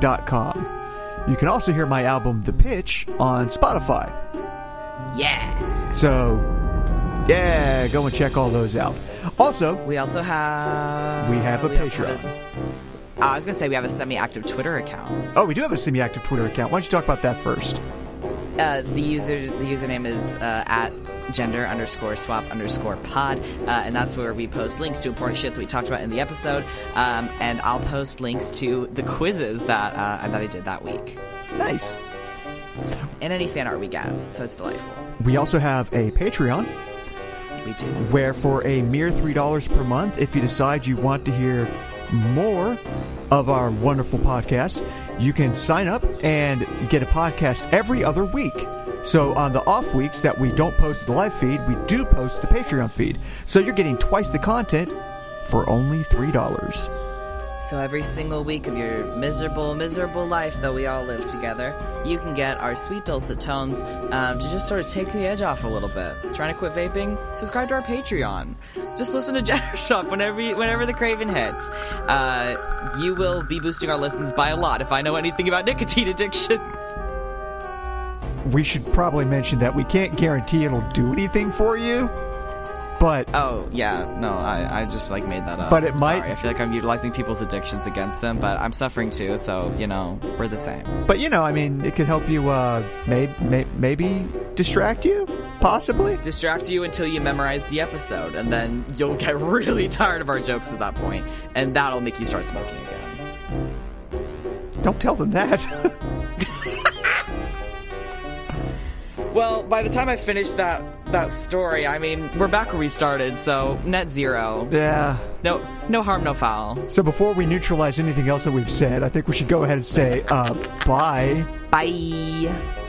[SPEAKER 1] mxmaxwell1.bandcamp.com. You can also hear my album The Pitch on Spotify.
[SPEAKER 2] Yeah.
[SPEAKER 1] So, yeah, go and check all those out. Also,
[SPEAKER 2] We also have.
[SPEAKER 1] We have a
[SPEAKER 2] also
[SPEAKER 1] Patreon.
[SPEAKER 2] have a s- Oh, I was gonna say we have a semi-active Twitter account.
[SPEAKER 1] oh, we do have a semi-active Twitter account. Why don't you talk about that first?
[SPEAKER 2] Uh, the user the username is uh, at gender underscore swap underscore pod, uh, and that's where we post links to important shit that we talked about in the episode. Um, and I'll post links to the quizzes that uh, that I did that week
[SPEAKER 1] Nice.
[SPEAKER 2] and any fan art we get. So it's delightful.
[SPEAKER 1] We also have a Patreon.
[SPEAKER 2] We do.
[SPEAKER 1] where for a mere $3 per month, if you decide you want to hear more of our wonderful podcast, you can sign up and get a podcast every other week. So on the off weeks that we don't post the live feed, we do post the Patreon feed. So you're getting twice the content for only $3.
[SPEAKER 2] So every single week of your miserable, miserable life that we all live together, you can get our sweet dulcet tones um, to just sort of take the edge off a little bit. Trying to quit vaping? Subscribe to our Patreon. Just listen to *laughs* Jenner Shop whenever you, whenever the craving hits. Uh, you will be boosting our listens by a lot if I know anything about nicotine addiction. *laughs*
[SPEAKER 1] We should probably mention that we can't guarantee it'll do anything for you, but
[SPEAKER 2] Oh yeah, no, I, I just like made that up.
[SPEAKER 1] But it
[SPEAKER 2] I'm
[SPEAKER 1] might-
[SPEAKER 2] Sorry. I feel like I'm utilizing people's addictions against them, but I'm suffering too, so you know we're the same.
[SPEAKER 1] But you know, I mean, it could help you, uh, may, may, maybe distract you, possibly.
[SPEAKER 2] distract you until you memorize the episode, and then you'll get *laughs* really tired of our jokes at that point, and that'll make you start smoking again.
[SPEAKER 1] Don't tell them that. *laughs*
[SPEAKER 2] Well, by the time I finish that that story, I mean we're back where we started, so net zero.
[SPEAKER 1] yeah.
[SPEAKER 2] No, no harm, no foul.
[SPEAKER 1] So before we neutralize anything else that we've said, I think we should go ahead and say uh, bye.
[SPEAKER 2] Bye.